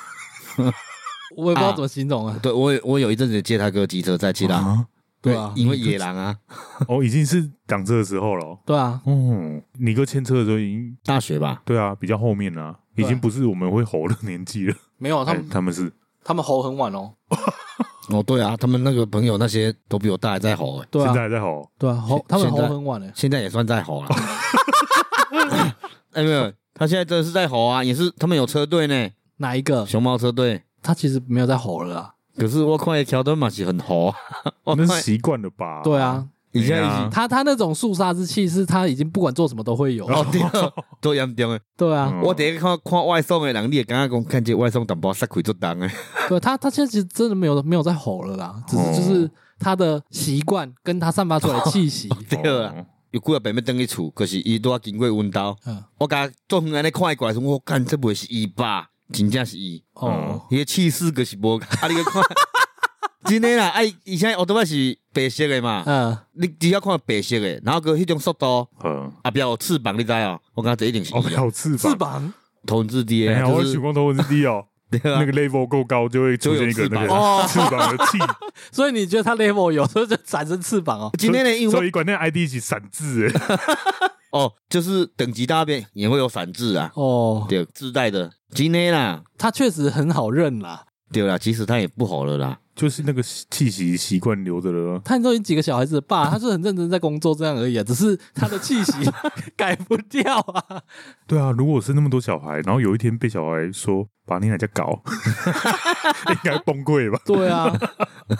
我也不知道啊怎么形容啊。对我有我有一阵子借他哥机车在骑啦，啊，对啊，因为野狼啊，哦，已经是挡车的时候了哦。对啊，哦，你哥牵车的时候已经大学吧，对啊，比较后面啦，对已啊经不是我们会吼的年纪了。没有他哎们，他们是他们吼很晚哦。哦对啊，他们那个朋友那些都比我大还在吼、欸，对现啊在，还在吼，对啊，吼他们现吼在很晚诶。现在也算在吼了。 [LAUGHS] 哎、没有，他现在真的是在吼啊，也是他们有车队呢，哪一个？熊猫车队。他其实没有在吼了啊。可是我看乔丹嘛是很吼 [LAUGHS] 啊，我那看是习惯了吧？哦对，啊，以前哎已呀经他他那种肃杀之气是他已经不管做什么都会有。哦对啊，都严重诶。对啊，嗯我第一看看外送的人，你也感觉讲看见外送淡薄塞开做重诶。对啊他，他现在其实真的没有没有在吼了啦，只哦是就是他的习惯跟他散发出来的气息。 [LAUGHS] 对啊，有几啊遍要登去厝，可是伊拄啊经过阮兜，嗯，我甲做远安尼看伊过来的时候，我看这袂是伊吧，真正是伊，哦，伊诶气势可是无。 [LAUGHS] 啊，你去看，真诶啦，啊，伊以前奥特曼是白色诶嘛，啊嗯，你只要看白色诶，然后佮迄种速度，嗯，后壁有翅膀，你知哦？我感觉这一定是哦，伊啊，有翅翅膀，膀头文字 D 哎诶，呀，我啊就许是光头文字 D 哦， [LAUGHS] 对那 [LAUGHS] 啊个，level 够高就会出现一个那就有翅膀个哦翅膀 [LAUGHS] 的气，所以你觉得它 level 有时候就产生翅膀哦？今天呢，因为我所以管那 ID 是散字哎，哦，就是等级大变也会有反制啊，哦，对，自带的今天啦，它确实很好认啦。对啦，其实他也不好了啦。就是那个气息习惯留着了。他都已经几个小孩子的爸，他是很认真在工作这样而已啊，只是他的气息 [LAUGHS] 改不掉啊。对啊，如果是那么多小孩，然后有一天被小孩说把你哪家搞， [LAUGHS] 应该崩溃吧？对啊， [LAUGHS]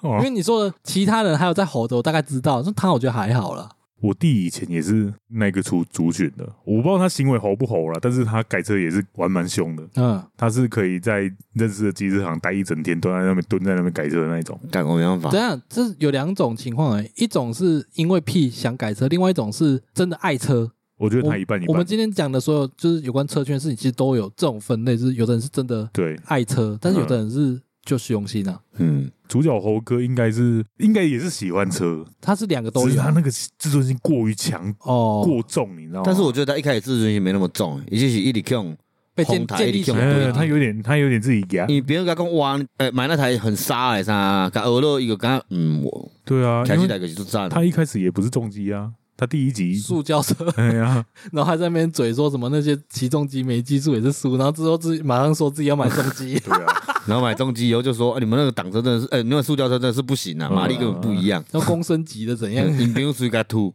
哦因为你说的其他人还有在吼的，我大概知道，那他我觉得还好啦。我弟以前也是那个族族群的，我不知道他行为猴不猴了，但是他改车也是玩蛮凶的。嗯，他是可以在认识的机车行待一整天，都在那边蹲在那边改车的那一种。干我没办法怎，样？这有两种情况哎、一种是因为屁想改车，另外一种是真的爱车。我觉得我他一半一我半们。今天讲的所有就是有关车圈的事情，其实都有这种分类，就是有的人是真的对，爱车，但是有的人是就虚荣心啊，嗯，主角猴哥应该是应该也是喜欢车，他是两个都只是有他那个自尊心过于强、哦，过重，你知道吗？但是我觉得他一开始自尊心没那么重，也就是一直嗯用，被建红台建立一起定来有的对哎，啊他有点他有点自己啊压，因为别人跟他讲哇，呃、买那台很傻的啥，跟俄罗一个刚嗯，我对啊，开因起为来个就赞，他一开始也不是重机啊，他第一集，塑胶车， [LAUGHS] 哎呀，，然后还在那边嘴说什么那些起重机没技术也是输，然后之后自己马上说自己要买重机对啊，然后买重机以后就说，哎、你们那个挡车真的是，哎、你们那个塑胶车真的是不行啊，嗯马力根本不一样。要公升级的怎样？你不用 t [LAUGHS] 个吐，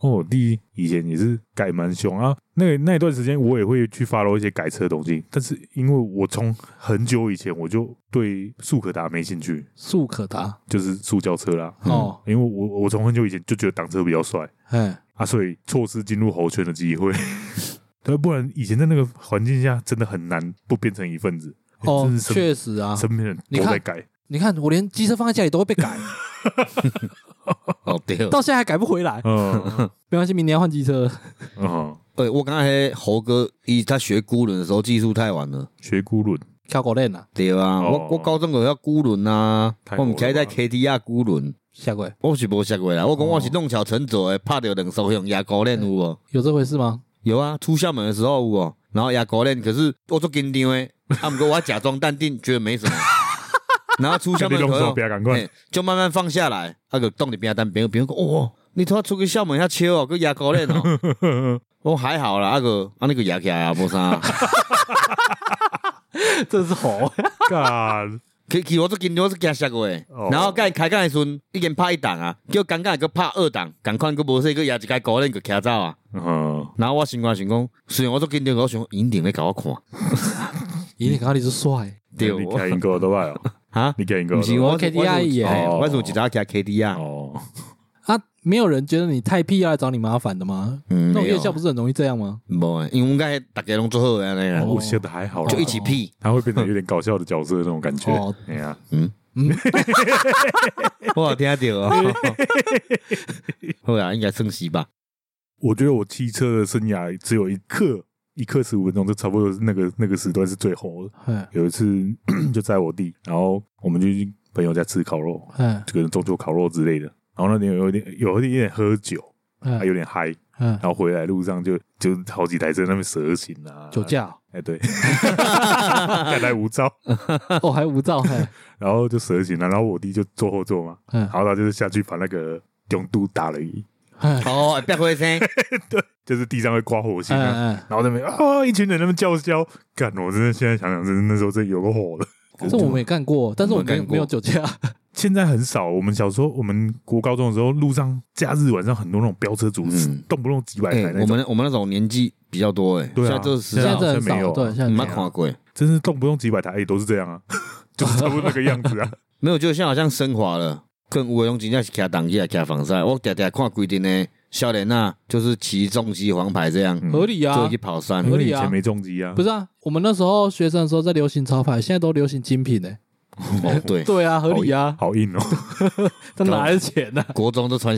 哦，第一以前也是改蛮凶啊，那个那一段时间我也会去发 w 一些改车的东西，但是因为我从很久以前我就对速可达没兴趣，速可达就是塑胶车啦，哦，因为我我从很久以前就觉得挡车比较帅哎，啊，所以错失进入猴圈的机会。 [LAUGHS] 对，不然以前在那个环境下真的很难不变成一份子。欸哦真是，身确实啊，身边人你都看在改，你看我连机车放在家里都会被改，哦对哦。到现在还改不回来。嗯没关系，明年要换机车了。嗯，哎，我刚才猴哥一他学孤轮的时候技术太晚了，学孤 [LAUGHS] 论跳狗链啊，对啊，哦我我高中有要孤轮啊太，好我了们开在 K T R 孤轮，下跪我是无下过啦，我讲我是弄巧成拙的，拍着两手用牙膏链有无？有这回事吗？有啊，出校门的时候有哦，然后牙膏链，可是我做紧张的，啊，不过我假装淡定，觉得没什 [LAUGHS] 么，然后出校你门的弄时手候不。要赶快嘿，就慢慢放下来，啊个冻你边单边边讲，哦，你突然出去校门遐笑哦，个牙膏链哦， [LAUGHS] 我还好啦，啊个啊那个牙起来啊，无啥，这是猴，干去去我做紧张我做惊吓过诶哦，然后甲伊开讲的时阵，已经拍一档啊，叫尴尬个拍二档，赶快个无说个牙一个膏链个徛走啊，嗯，然后我心肝想讲，虽然我做紧张，我想引定咧甲我看，一定看到你是帅，对，你我开英哥都歹哦，啊，你开英 [LAUGHS] 哥毋是都我我 KDI 耶嘿哦我是有一搭徛 K D 啊，哦，啊，没有人觉得你太屁要来找你麻烦的吗？嗯，那种没夜有校，不是很容易这样吗？无诶，因为阮甲大家拢做好安尼哦啊，我写的还好啦，就一起 [LAUGHS] 屁，他会变成有点搞笑的角色那种感觉哦，哎呀，我有听 [LAUGHS] 到哦。好啦，应该算是吧。我觉得我骑车的生涯只有一刻，一刻十五分钟，就差不多是那个那个时段是最红的。哎有一次 [CLEARS THROAT] 就载我弟，然后我们就去朋友家吃烤肉，哎这个中秋烤肉之类的。然后那天有一点有一点喝酒，还哎有点嗨，哎然，后回来路上就就好几台车在那边蛇行啊，酒，驾哦哎对， [LAUGHS] 再来无照，哦，还无照，嘿，然后就蛇行了、然后我弟就坐后座嘛，嗯然后他就是下去把那个永都打了一，哎哦，别回声，就是地上会刮火星哎啊，哎，然后在那边啊，一群人在那边叫嚣，干！我真的现在想想，真的那时候真的有个火了。这我们也干过，但是我我们没有干过没有酒驾，现在很少，我们小时候，我们国高中的时候，路上假日晚上很多那种飙车族，嗯动不动几百哎台那我种，们我们那种年纪比较多哎，对啊现在这个时现在代好像这很没有少，啊对，现在你没没有看过？真是动不动几百台，哎，都是这样啊， [LAUGHS] 就是差不多那个样子啊。没有，就现在好像升华了，更有的拢真正是骑挡机啊，骑防晒。我常常看规定呢，少年啊，就是骑重机黄牌这样，嗯合理就啊去，跑山 [LAUGHS] 合因。为理以啊前没重机啊，不是啊，我们那时候学生的时候在流行潮牌，现在都流行精品呢。哦，对，对啊，合理啊，好硬哦，他哪来的钱啊 [LAUGHS] 呢？国中都穿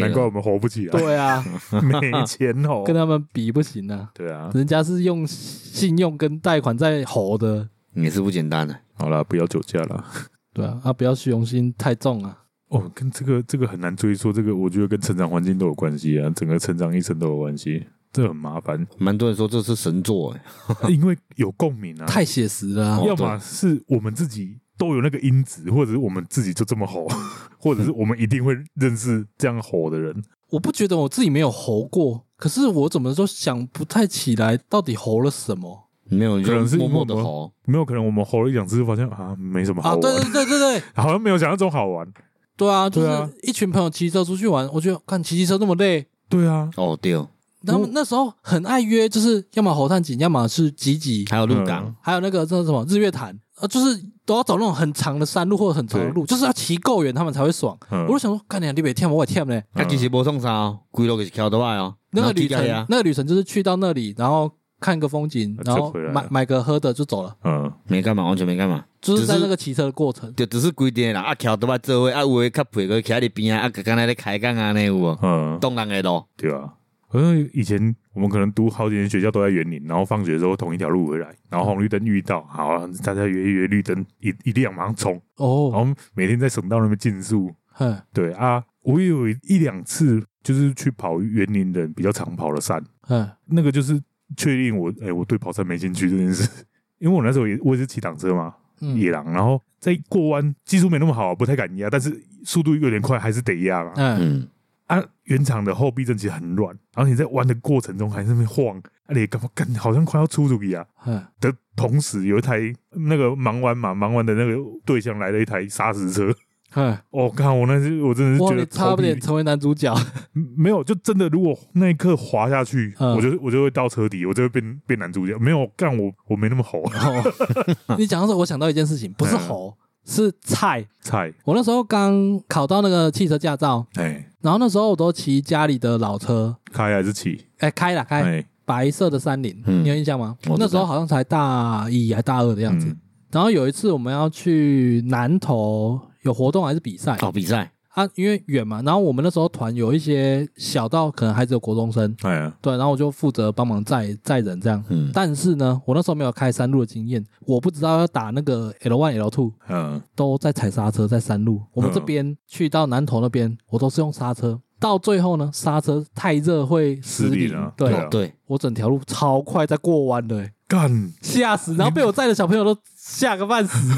[LAUGHS] 难怪了，我们活不起来，啊对啊， [LAUGHS] 没钱哦 [LAUGHS] 跟。他们比不行啊，[LAUGHS] 对啊，人家是用信用跟贷款在吼的，也是不简单的。好啦，不要酒驾啦。对啊，啊，不要虚荣心太重啊。哦，跟这个这个很难追溯，这个我觉得跟成长环境都有关系啊，整个成长一生都有关系，这很麻烦，蛮多人说这是神作哎，因为有共鸣啊，太写实了啊、哦要么是我们自己都有那个因子，或者是我们自己就这么吼， [LAUGHS] 或者是我们一定会认识这样吼的人。我不觉得我自己没有吼过，可是我怎么都想不太起来，到底吼了什么没有，可能是就默因默为的我们吼，没有可能，我们吼了一两次，发现啊没什么啊？好对玩，对对对对好像没有想象中好玩。对啊，就对啊是一群朋友骑车出去玩，我觉得看骑机车那么累。对啊，哦对哦，他们那时候很爱约，就是要么吼探井，要么是集集，还有鹿嗯港，还有那个叫什么日月潭，呃，就是都要走那种很长的山路或者很长的路，就是要骑够远他们才会爽。嗯我就想说，干你娘你别跳，我也跳呢。啊其实无创啥哦，规路就是翘倒来哦，那个旅然后去到程那，那个旅程就是去到那里，然后看个风景，啊然后就回来了买买个喝的就走了，嗯，没干嘛，完全没干嘛。就是在只是那个骑车的过程。就只是规定的啦，啊，桥都捌做伙，啊，有诶较配个徛伫边啊，啊，刚刚咧开讲安尼有无？嗯，动人诶路，对啊。好像以前我们可能读好几年学校都在园林，然后放学的时候同一条路回来，然后红绿灯遇到，好、啊，大家约一约绿灯一一亮马上冲，然哦，后每天在省道那边竞速，哼对啊，我也有一两次就是去跑园林人比较常跑的山，哼，那个就是确定我哎、我对跑山没兴趣这件事， [LAUGHS] 因为我那时候也我也是骑挡车嘛，嗯野狼，然后在过弯技术没那么好，不太敢压，但是速度有点快，还是得压嘛。嗯嗯，啊，原厂的后避震其实很软，然后你在玩的过程中还在那边晃，啊，你干嘛干？好像快要出主意啊！哎，的同时，有一台那个盲玩嘛，盲玩的那个对象来了一台砂石车。哎，我、哦、靠！我那是我真的是哇，觉你得差头不皮点成为男主 [LAUGHS] 角，嗯没有，就真的，如果那一刻滑下去，嗯我就我就会到车底，我就会变变男主角。没有干我，我没那么猴你讲的时候，我想到一件事情，不是猴，嗯是菜。菜。我那时候刚考到那个汽车驾照，哎，然后那时候我都骑家里的老车，开还是骑？哎，开了开，哎，白色的三菱，嗯你有印象吗我知道？那时候好像才大一还大二的样子。嗯然后有一次我们要去南投有活动还是比哎赛哦，比赛啊，因为远嘛，然后我们那时候团有一些小到可能还只有国中生，哎呀，对，然后我就负责帮忙载载人这样。嗯但是呢，我那时候没有开山路的经验，我不知道要打那个 L one L two 嗯，都在踩刹车，在山路。我们这边去到南投那边，我都是用刹车。到最后呢，刹车太热会失失灵灵啊，对对啊哦对，我整条路超快在过弯的、欸，干！吓死！然后被我载的小朋友都吓个半死。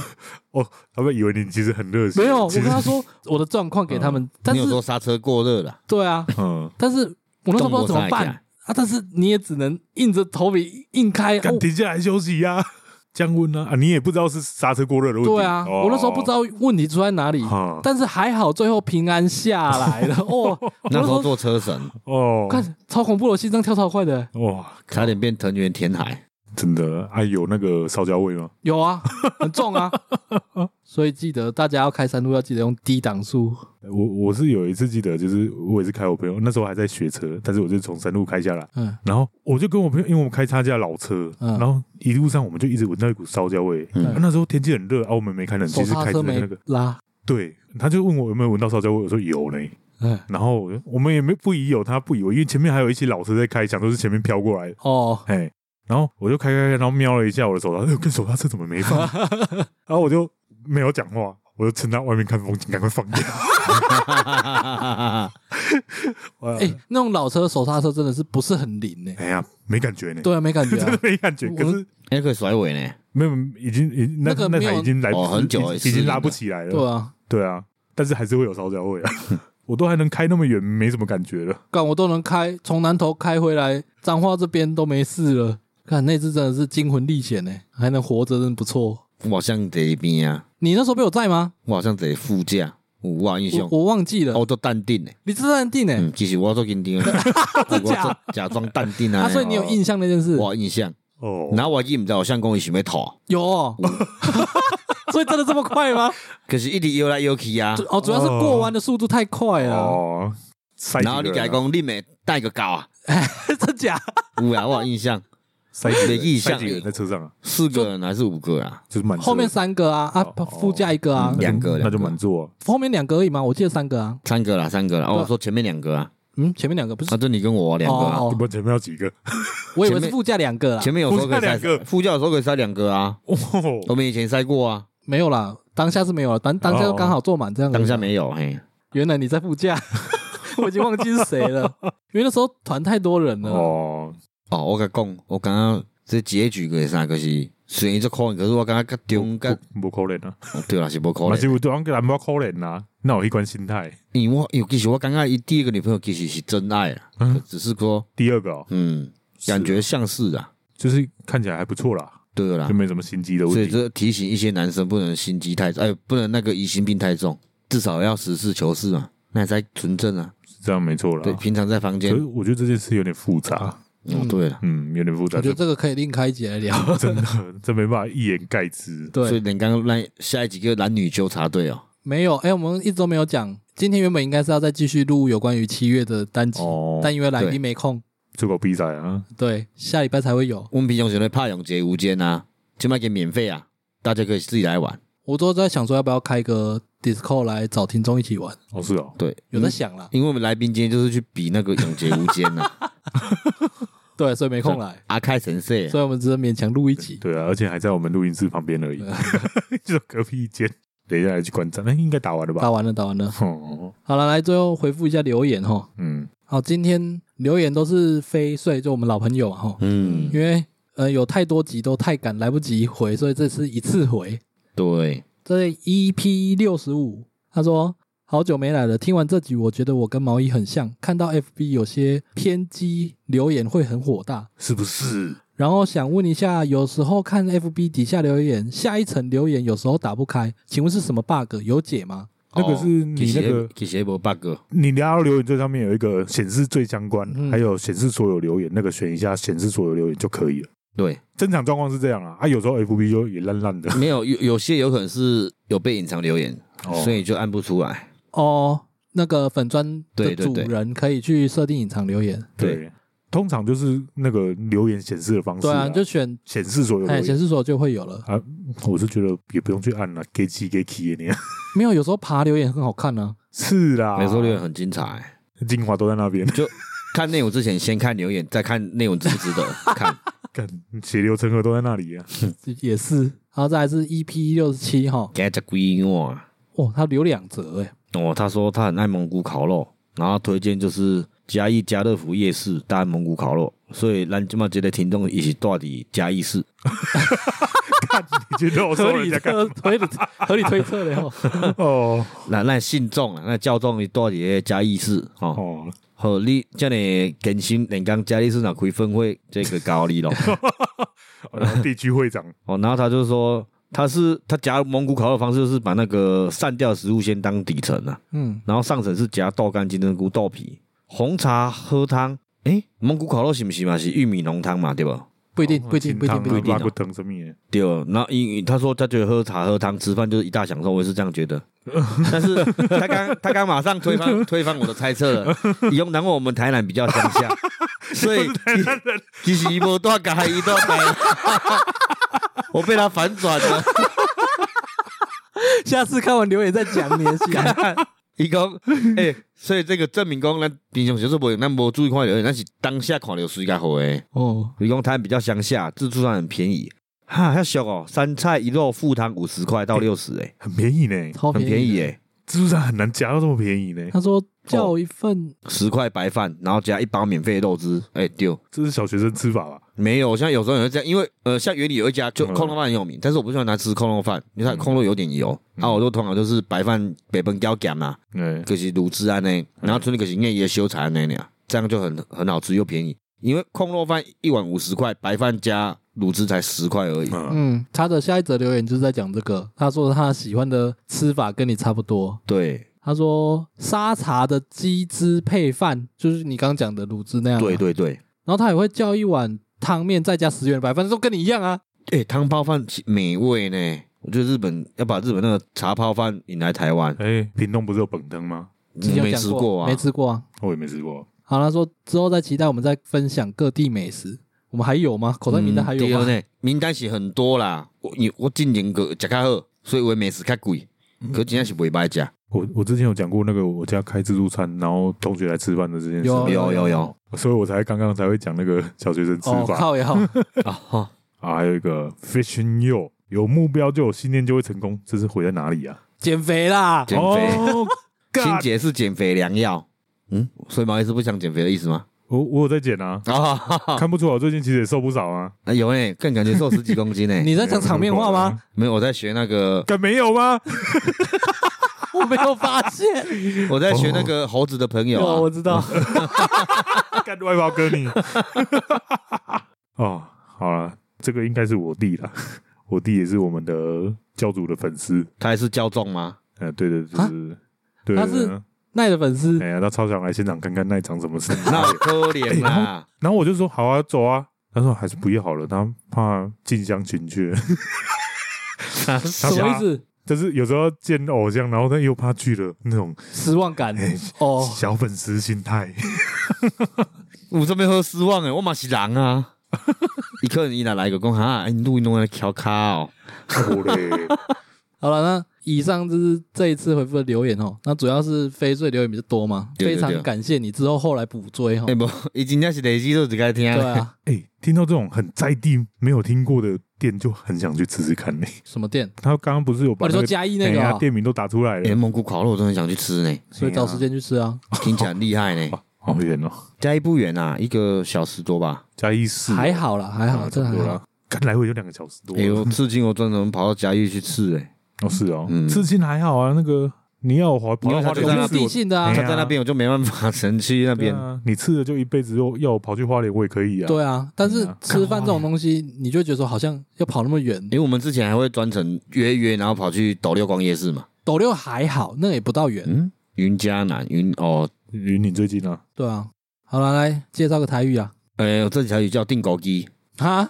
他们以为你其实很热血，没有，我其跟实他说我的状况给他们，但你有是说刹车过热了，对啊，嗯，但是我那时候不知道怎么动过办刹一下啊，但是你也只能硬着头皮硬开。干哦停下来休息呀、降温啊啊！你也不知道是刹车过热的问题。对啊，哦我那时候不知道问题出在哪里，哈但是还好最后平安下来了。哦，我那那时时候候坐车 [LAUGHS] 神，哦，看超恐怖的，我心脏跳超快的。哇，差点变藤原田海， [LAUGHS] 真的，哎、有那个烧焦味吗？有啊，很重啊，所以记得大家要开山路要记得用低档速。我我是有一次记得，就是我也是开我朋友，那时候还在学车，但是我就从山路开下来，嗯，然后我就跟我朋友，因为我们开他家老车，嗯然后一路上我们就一直闻到一股烧焦味。嗯啊那时候天气很热啊，我们没开冷气，手是刹开着车没那个。拉。对，他就问我有没有闻到烧焦味，我说有嘞。嗯，然后我就我们也没不疑有他，不疑我，因为前面还有一起老车在开，想都是前面飘过来的。哦，哎，然后我就开开开，然后瞄了一下我的手刹，哎，跟手刹车怎么 [LAUGHS] 没放？然后我就没有讲话，我就趁他外面看风景，赶快放掉。哎、 [LAUGHS] 哎、那种老车手刹车真的是不是很灵呢、哎呀，没感觉 [LAUGHS] 呢，对啊，没感觉、真的啊。 [LAUGHS] 没感觉。我可是那可以甩尾呢，没有，已经已经那那个那没有台已经来不哦很久了已是经已经拉不起来对了。啊，对啊，但是还是会有烧焦味啊。嗯 [LAUGHS] 我都还能开那么远，没什么感觉了。干我都能开，从南头开回来，彰化这边都没事了。看那次真的是惊魂历险呢、还能活着真不错。我好像得边啊，你那时候被我载吗？我好像得副驾，有我有印我象，我忘记了。哦，都淡定呢，你这淡定呢、嗯，其实我做紧张的，我哎假做假装淡定啊，啊，所以你有印象那件事？我有印象，哦，然后我记唔知道我相公伊想要啊逃，有、哦，嗯 [LAUGHS] 所以真的这么快吗？可是一直摇来摇去啊主，哦，主要是过弯的速度太快了，哦，塞然后你几个改人啊讲你咪带个狗啊， [LAUGHS] 真假？有啊，我有印象，塞几个人没印象塞几个人在车上啊，四个人还是五个啊？就是满车后面三个啊，啊哦，副驾一个啊那就，两个那就两个满座啊。后面两个而已吗？我记得三个啊，三个啦，三个啦。哦，我说前面两个啊，嗯，前面两个不是啊，，就你跟我两个啊。哦我们前面要几个？ [LAUGHS] 我以为前是面副驾两个啦，前面有时候可以塞副驾两个副驾有时候可以塞两个啊。我哦，们以前塞过啊，没有啦，当下是没有了，当当下刚好坐满这样子。哦当下，没有嘿。原来你在副驾， [LAUGHS] 我已经忘记是谁 [LAUGHS] 了，因为那时候团太多人了。哦，哦，我甲讲，我刚刚这结局个啥，就是虽然这可能，可是我感觉较中甲无可能啊，哦对啦，是无可嘛能是。有对方人无可能啊，那有一关心态。因为我有其实我感觉伊第一个女朋友其实是真爱啊，嗯只是说第二个哦嗯，是感觉像是啊，就是看起来还不错啦，对啦就。没什么心机的所以问题。这提醒一些男生不能心机太重，哎，不能那个疑心病太重，至少要实事求是嘛，那才纯正啊。是这样没错啦。对，平常在房间可是，我觉得这件事有点复杂，哦，对了，嗯，有点复我杂，觉得这这个可以另开一节来聊。 [LAUGHS] 真 [LAUGHS] 的这没办法一言盖之。所以对，你刚刚那下一集就男女纠察队哦，没有，哎，我们一直都没有讲。今天原本应该是要再继续录有关于七月的单集，哦，但因为来对宾没空，这个比赛啊，对，下礼拜才会有。我们平常时会怕永劫无间啊，就卖给免费啊，大家可以自己来玩。我都在想说要不要开个 Discord 来找听众一起玩，哦是哦，对，有在想啦，因为我们来宾今天就是去比那个永劫无间呐、啊，对，所以没空来，阿开神社、啊所以我们只能勉强录一集。对啊，而且还在我们录音室旁边 [LAUGHS] 而已，就隔壁一间。等一下来去观战，那应该打完了吧打？完了，打完了。哦，好了，来最后回复一下留言哈。嗯，好，今天留言都是飞碎，就我们老朋友哈，嗯，因为呃有太多集都太赶，来不及回，所以这次一次回。E 对，这 EP 六十五，他说好久没来了，听完这集，我觉得我跟毛衣很像，看到 FB 有些偏激留言会很火大，是不是？然后想问一下，有时候看 FB 底下留言，下一层留言有时候打不开，请问是什么 bug？有解吗？那哦个是你那个给写博 bug，你拉到留言最上面有一个显示最相关，嗯还有显示所有留言，那个选一下显示所有留言就可以了。对，正常状况是这样啊，啊，有时候 FB 就也烂烂的，没有有有些有可能是有被隐藏留言，哦所以就按不出来。哦，那个粉砖的对对主对人可以去设定隐藏留言。对，通常就是那个留言显示的方式、对啊，啊，你就选显示所有留哎显言。示所就会有了。我是觉得也不用去按了，get 鸡 get 鸡你没有，有时候爬留言很好看啊呢、 [LAUGHS] 是啦，每时候留言很精彩，精华都在那边， [LAUGHS] 看内容之前先看留言，再看内容值不值 [LAUGHS] 得看。看血流成河都在那里啊。 [LAUGHS] 也是。然后再来是 EP 六十七哈，给他归我。哦，他留两折哎，哦，他说他很爱蒙古烤肉，然后推荐就是嘉义家乐福夜市大安蒙古烤肉，所以咱今嘛这个听众一起到底嘉义市，你觉得我说合人理 [LAUGHS] 家干推合理合理推测的哦。哦那那信众啊，那教众到底嘉义市哦。哦，好，你这样更新，人讲嘉义市哪开分会，这个高你咯。 [LAUGHS] 哦然后地区会长哦，然后他就说。他是他夹蒙古烤肉的方式就是把那个散掉的食物先当底层啊，嗯，然后上层是夹豆干、金针菇、豆皮、红茶喝汤。诶，蒙古烤肉是不是嘛？是玉米浓汤嘛，对不？ [LAUGHS] 不一定，不一定，清不一定，汤不一定。啊拉骨汤什么的对，然后因为他说他觉得喝茶喝汤吃饭就是一大享受，我也是这样觉 [LAUGHS] 得。但是他刚他刚马上推翻 [LAUGHS] 推翻我的猜测了，以后难怪我们台南比较乡 [LAUGHS] 下，所以其实一波多改一段台南， [LAUGHS] 我被他反转了。下次看完留言再讲你的 [LAUGHS] 心。伊讲，诶、所以这个证明讲，咱平常时是无咱无注意看留言，咱是当下看到谁较好诶。哦，伊讲台南比较乡下，自助餐很便宜，哈，遐俗哦，三菜一肉附汤五十块到六十诶，很便宜呢，超很便宜宜的诶、自助餐很难夹到这么便宜呢。他说叫一份十块白饭，然后加一包免费的肉汁，哎、丢。这是小学生吃法吧？没有，像有时候也会这样，因为呃，像园里有一家就嗯空肉饭很有名，但是我不喜欢拿吃空肉饭，因为它空肉有点油，然后我就通常就是白饭北本椒咸嘛，哎，就是卤汁安呢，然后春里可是面也修菜那样，这样就很很好吃又便宜，因为空肉饭一碗五十块，白饭加卤汁才十块而已。嗯，嗯，他的下一则留言就是在讲这个。他说他喜欢的吃法跟你差不多。对他说沙茶的鸡汁配饭，就是你刚刚讲的卤汁那样。啊对。对对，然后他也会叫一碗汤面，再加十元的白饭，都跟你一样啊。哎、汤泡饭美味呢，我觉得日本要把日本那个茶泡饭引来台湾，哎，屏东不是有本汤吗？之前嗯我有没讲吃过过啊，没吃过啊。我也没吃过。好，他说之后再期待我们再分享各地美食。我们还有吗？口袋名单还有嗯对哦吗？呢，名单是很多啦。我你我进前个食较好，所以我的美食较贵，嗯可真正是袂歹食。哦我我之前有讲过那个我家开自助餐，然后同学来吃饭的这件事，有啊有有有，所以我才刚刚才会讲那个小学生吃哦，法靠呀！ [LAUGHS] 啊哈，啊，还有一个 fish and you，有目标就有信念就会成功，这是毁在哪里啊？减肥啦，减肥哦清 God 洁是减肥良药。嗯，所以毛医师不想减肥的意思吗？我我有在减啊，啊， [LAUGHS] 哈哈看不出来，我最近其实也瘦不少啊。啊有呢，更感觉瘦十几公斤呢。 [LAUGHS] 你在讲场面话吗？ [LAUGHS] 没有，我在学那个，敢没有吗？我没有发现。我在学那个猴子的朋友哦有，我啊。知道。干外包哥你。 [LAUGHS] 哦，好了，这个应该是我弟了， [LAUGHS] 我弟也是我们的教主的粉丝。他还是骄纵吗？呃，对对，就啊是对，他对是对奈的粉丝哎呀，他超想来现场看看那一场什么事。那好可 [LAUGHS] 怜啦！然后我就说好啊，走啊。他说还是不要好了，他怕近乡情怯，什么意思？就是有时候见偶像，然后他又怕去了那种失望感哎哦。小粉丝心态。 [LAUGHS] 我这边喝失望哎，我嘛是人 [LAUGHS] 啊。一个人一来来个讲哈，哎你录音弄来调卡哦。我嘞，好了，那以上就是这一次回复的留言哦。那主要是翡翠留言比较多嘛，对对非对常感谢你之后后来补追哈哎。 [LAUGHS] 不，伊真正是累积都只该听对了。啊， [LAUGHS] 哎，听到这种很在地没有听过的店，就很想去吃吃看呢。什么店？他刚刚不是有哎把哦，你那说个嘉义那哎个呀啊，店名都打出来 [LAUGHS] 哎、了，哎蒙古烤肉我真的很想去吃呢，所以找时间去吃啊，听起来很厉害呢。好远哦，嘉义不远啊，一个小时多吧。嘉义市还好啦，还好，啊真的差不多还好啦。干来回就两个小时多哎、呦，至今我专程跑到嘉义去吃哎、哦是哦，嗯刺青还好啊，那个你要滑，不因要为他滑就的在那目边的公司性的啊哎他呀，在那边我就没办法， [LAUGHS] 神去那对边。啊，你吃了就一辈子，又要我跑去花莲我也可以啊。对啊。但是对啊吃饭这种东西，你就会觉得说好像要跑那么远，哎因为我们之前还会专程约一约，然后跑去斗六逛夜市嘛。斗六还好，那也不到远，嗯，云嘉南云哦，云林最近啊，对啊。好了，来介绍个台语啊，哎，我这条鱼叫定狗鸡，哈，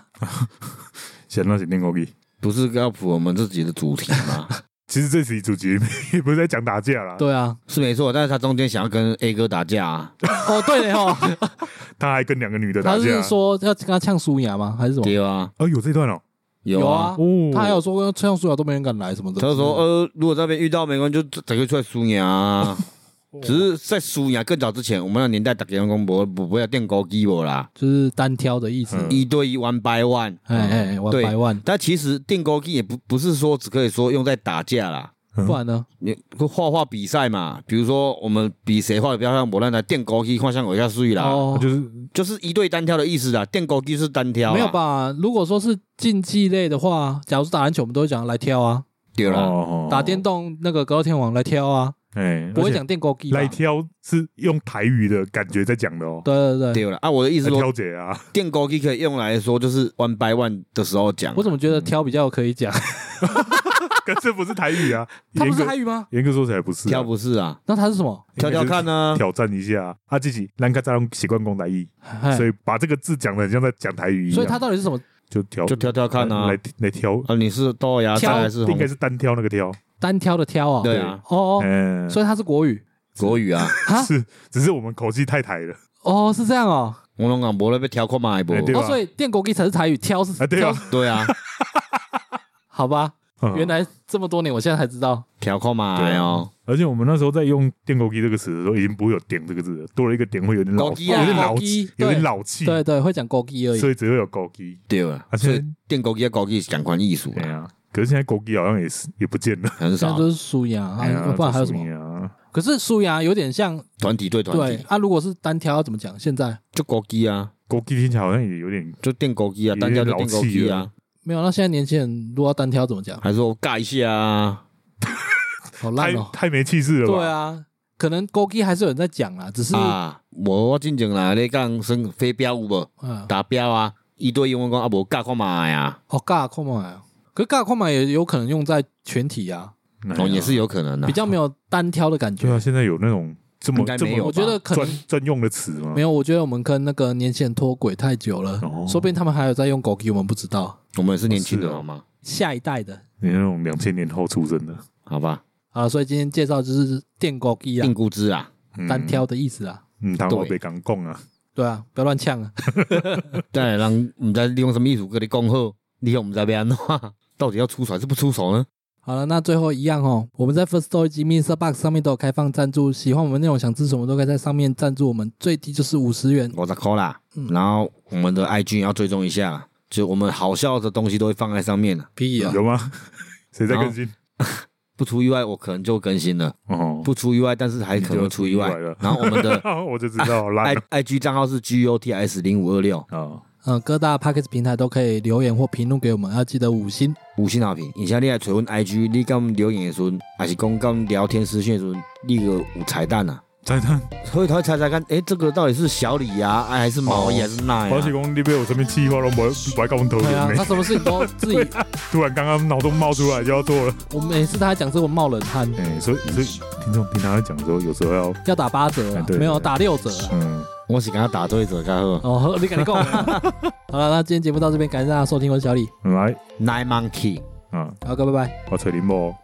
想到几天狗屁。不是要补我们自己的主题吗？其实这次主角 [LAUGHS] 也不是在讲打架啦，对啊，是没错，但是他中间想要跟 A 哥打架啊，哦对 [LAUGHS] 哦，他还跟两个女的他打是。架说要跟他呛苏牙吗？还是什么？对啊，哦，有这段哦，有啊。哦，他还有说呛苏牙都没人敢来什么的。他就说：“呃，如果在那边遇到没关系，就整个出来输赢啊。哦只是在输赢更早之前，我们那年代打电工不不不要电高机我啦，就是单挑的意思。嗯一对一 one by one。哎哎，哎万对嗯百万，但其实电高机也不不是说只可以说用在打架啦，嗯不然呢？你画画比赛嘛，比如说我们比谁画的比较像我那台电高机画像我下水啦，哦他，就是就是一对单挑的意思啦。电高机是单挑啊，没有吧？如果说是竞技类的话，假如是打篮球，我们都会讲来挑啊；对啦，哦打电，动那个格斗天王来挑啊，哎，不会而且讲电勾机吧。来挑是用台语的感觉在讲的哦，对对对，对啦。啊，我的意思来说，挑姐啊， [LAUGHS] 电高机可以用来说就是 one by one 的时候讲啊我。怎么觉得挑比较可以 [LAUGHS] 讲？可这不是台语啊，他严不是格台语吗？严格说起来不是啊，挑不是啊，那他是什么？挑挑看啊呢、挑战一下啊，自己咱看再用习惯讲台语，嘿所以把这个字讲的很像在讲台语一样，所以他到底是什么？就挑就挑挑看啊来。来挑，啊，你是豆芽菜挑还是应红该？是单挑那个挑，单挑的挑啊？对啊，哦哦，嗯，所以他是国语国语啊，哈是只是我们口气太台了，哦，是这样哦。我龙港博了被挑过嘛一波哎。对吧哦，所以电勾机才是台语，挑是啊对啊挑是，对啊， [LAUGHS] 好吧？嗯原来这么多年，我现在才知道。挑过嘛对啊哦，而且我们那时候在用“电狗机”这个词的时候，已经不会有“电”这个字了，多了一个“点”会有点老，狗有机啊点老狗机气，有点对老气，对对，会讲勾机而已所。以只会有“狗机对了”。，而所且以，电高机跟高机是两款艺术啊哎啊，呀，可是现在“狗机”好像也是也不见了，现很在少都是输赢哎呀啊，不然还有什么这？属于啊？可是苏牙有点像团体对团对体，啊，如果是单挑要怎么讲？现在就高机啊，狗机听起来好像也有点就电高机有啊，点单挑就电高机老啊，没有，那现在年轻人如果要单挑怎么讲？还说我尬一下啊，好烂太哦。太没气势了吧？对啊，可能勾机还是有人在讲啦，只是啊，我我进前来咧讲升飞镖有无？嗯，达标啊，一对英文讲啊，无尬看哎嘛呀，哦，尬控嘛，可是尬控嘛也有可能用在全体啊，哎呀哦，也是有可能的比。较没有单挑的感对啊，觉。现在有那种这么应该这没有我么觉得可专能专用的词吗没？有，我觉得我们跟那个年轻人脱轨太久了，哦说不定他们还有在用勾机，我们不知道。我们也是年轻是人哦好吗？下一代的你那种两千年后出生的，好吧，啊，所以今天介绍就是电勾机啊定，估值啊，嗯单挑，的意思啊。嗯，他们对被港共啊，对啊，不要乱呛啊。但人唔知你用什么意思跟你讲好，你又唔知要 [LAUGHS] 安怎，到底要出手还是不出手呢？好了，那最后一样哦，我们在 First Story 及 Mr. Box 上面都有开放赞助，喜欢我们内容想支持我们都可以在上面赞助我们，最低就是五十元。我在 call 啦嗯，然后我们的 IG 要追踪一下，就我们好笑的东西都会放在上面的。屁啊！有吗？ [LAUGHS] 谁在然后哦更新？不出意外，我可能就更新了；哦，不出意外，但是还可能会出意外你就出意外了。然后我们的 [LAUGHS] 哦 [LAUGHS] 我就知道好烂 I I G 账号是 G O T S 零五二六，啊！嗯、各大 p a c k a g e 平台都可以留言或评论给我们，要记得五 [LAUGHS] 星。五星好评。以下你来找阮 I G，你跟我们留言的时候，还是讲跟我们聊天私讯的时候，你个有彩蛋啊！彩蛋，所以他会猜猜看，诶，这个到底是小李呀、啊，还是毛衣，哦还是奈、保险啊？公司那边有什么计划了？我我还搞我们头哎对啊，人他呢。什么事情都自 [LAUGHS] 己，突然刚刚脑洞冒出来就要做了。我每次他还讲这个冒冷汗，哎，所以所以听众平常在讲说，有时候要要打八折、哎啊，对没有对打六折、啊。嗯，我是跟他打对折，较好。哦，你赶紧够 [LAUGHS] 了。好了，那今天节目到这边，感谢大家收听，我是小李，来 Nine Monkey。啊，好，各位拜拜。我吹林波。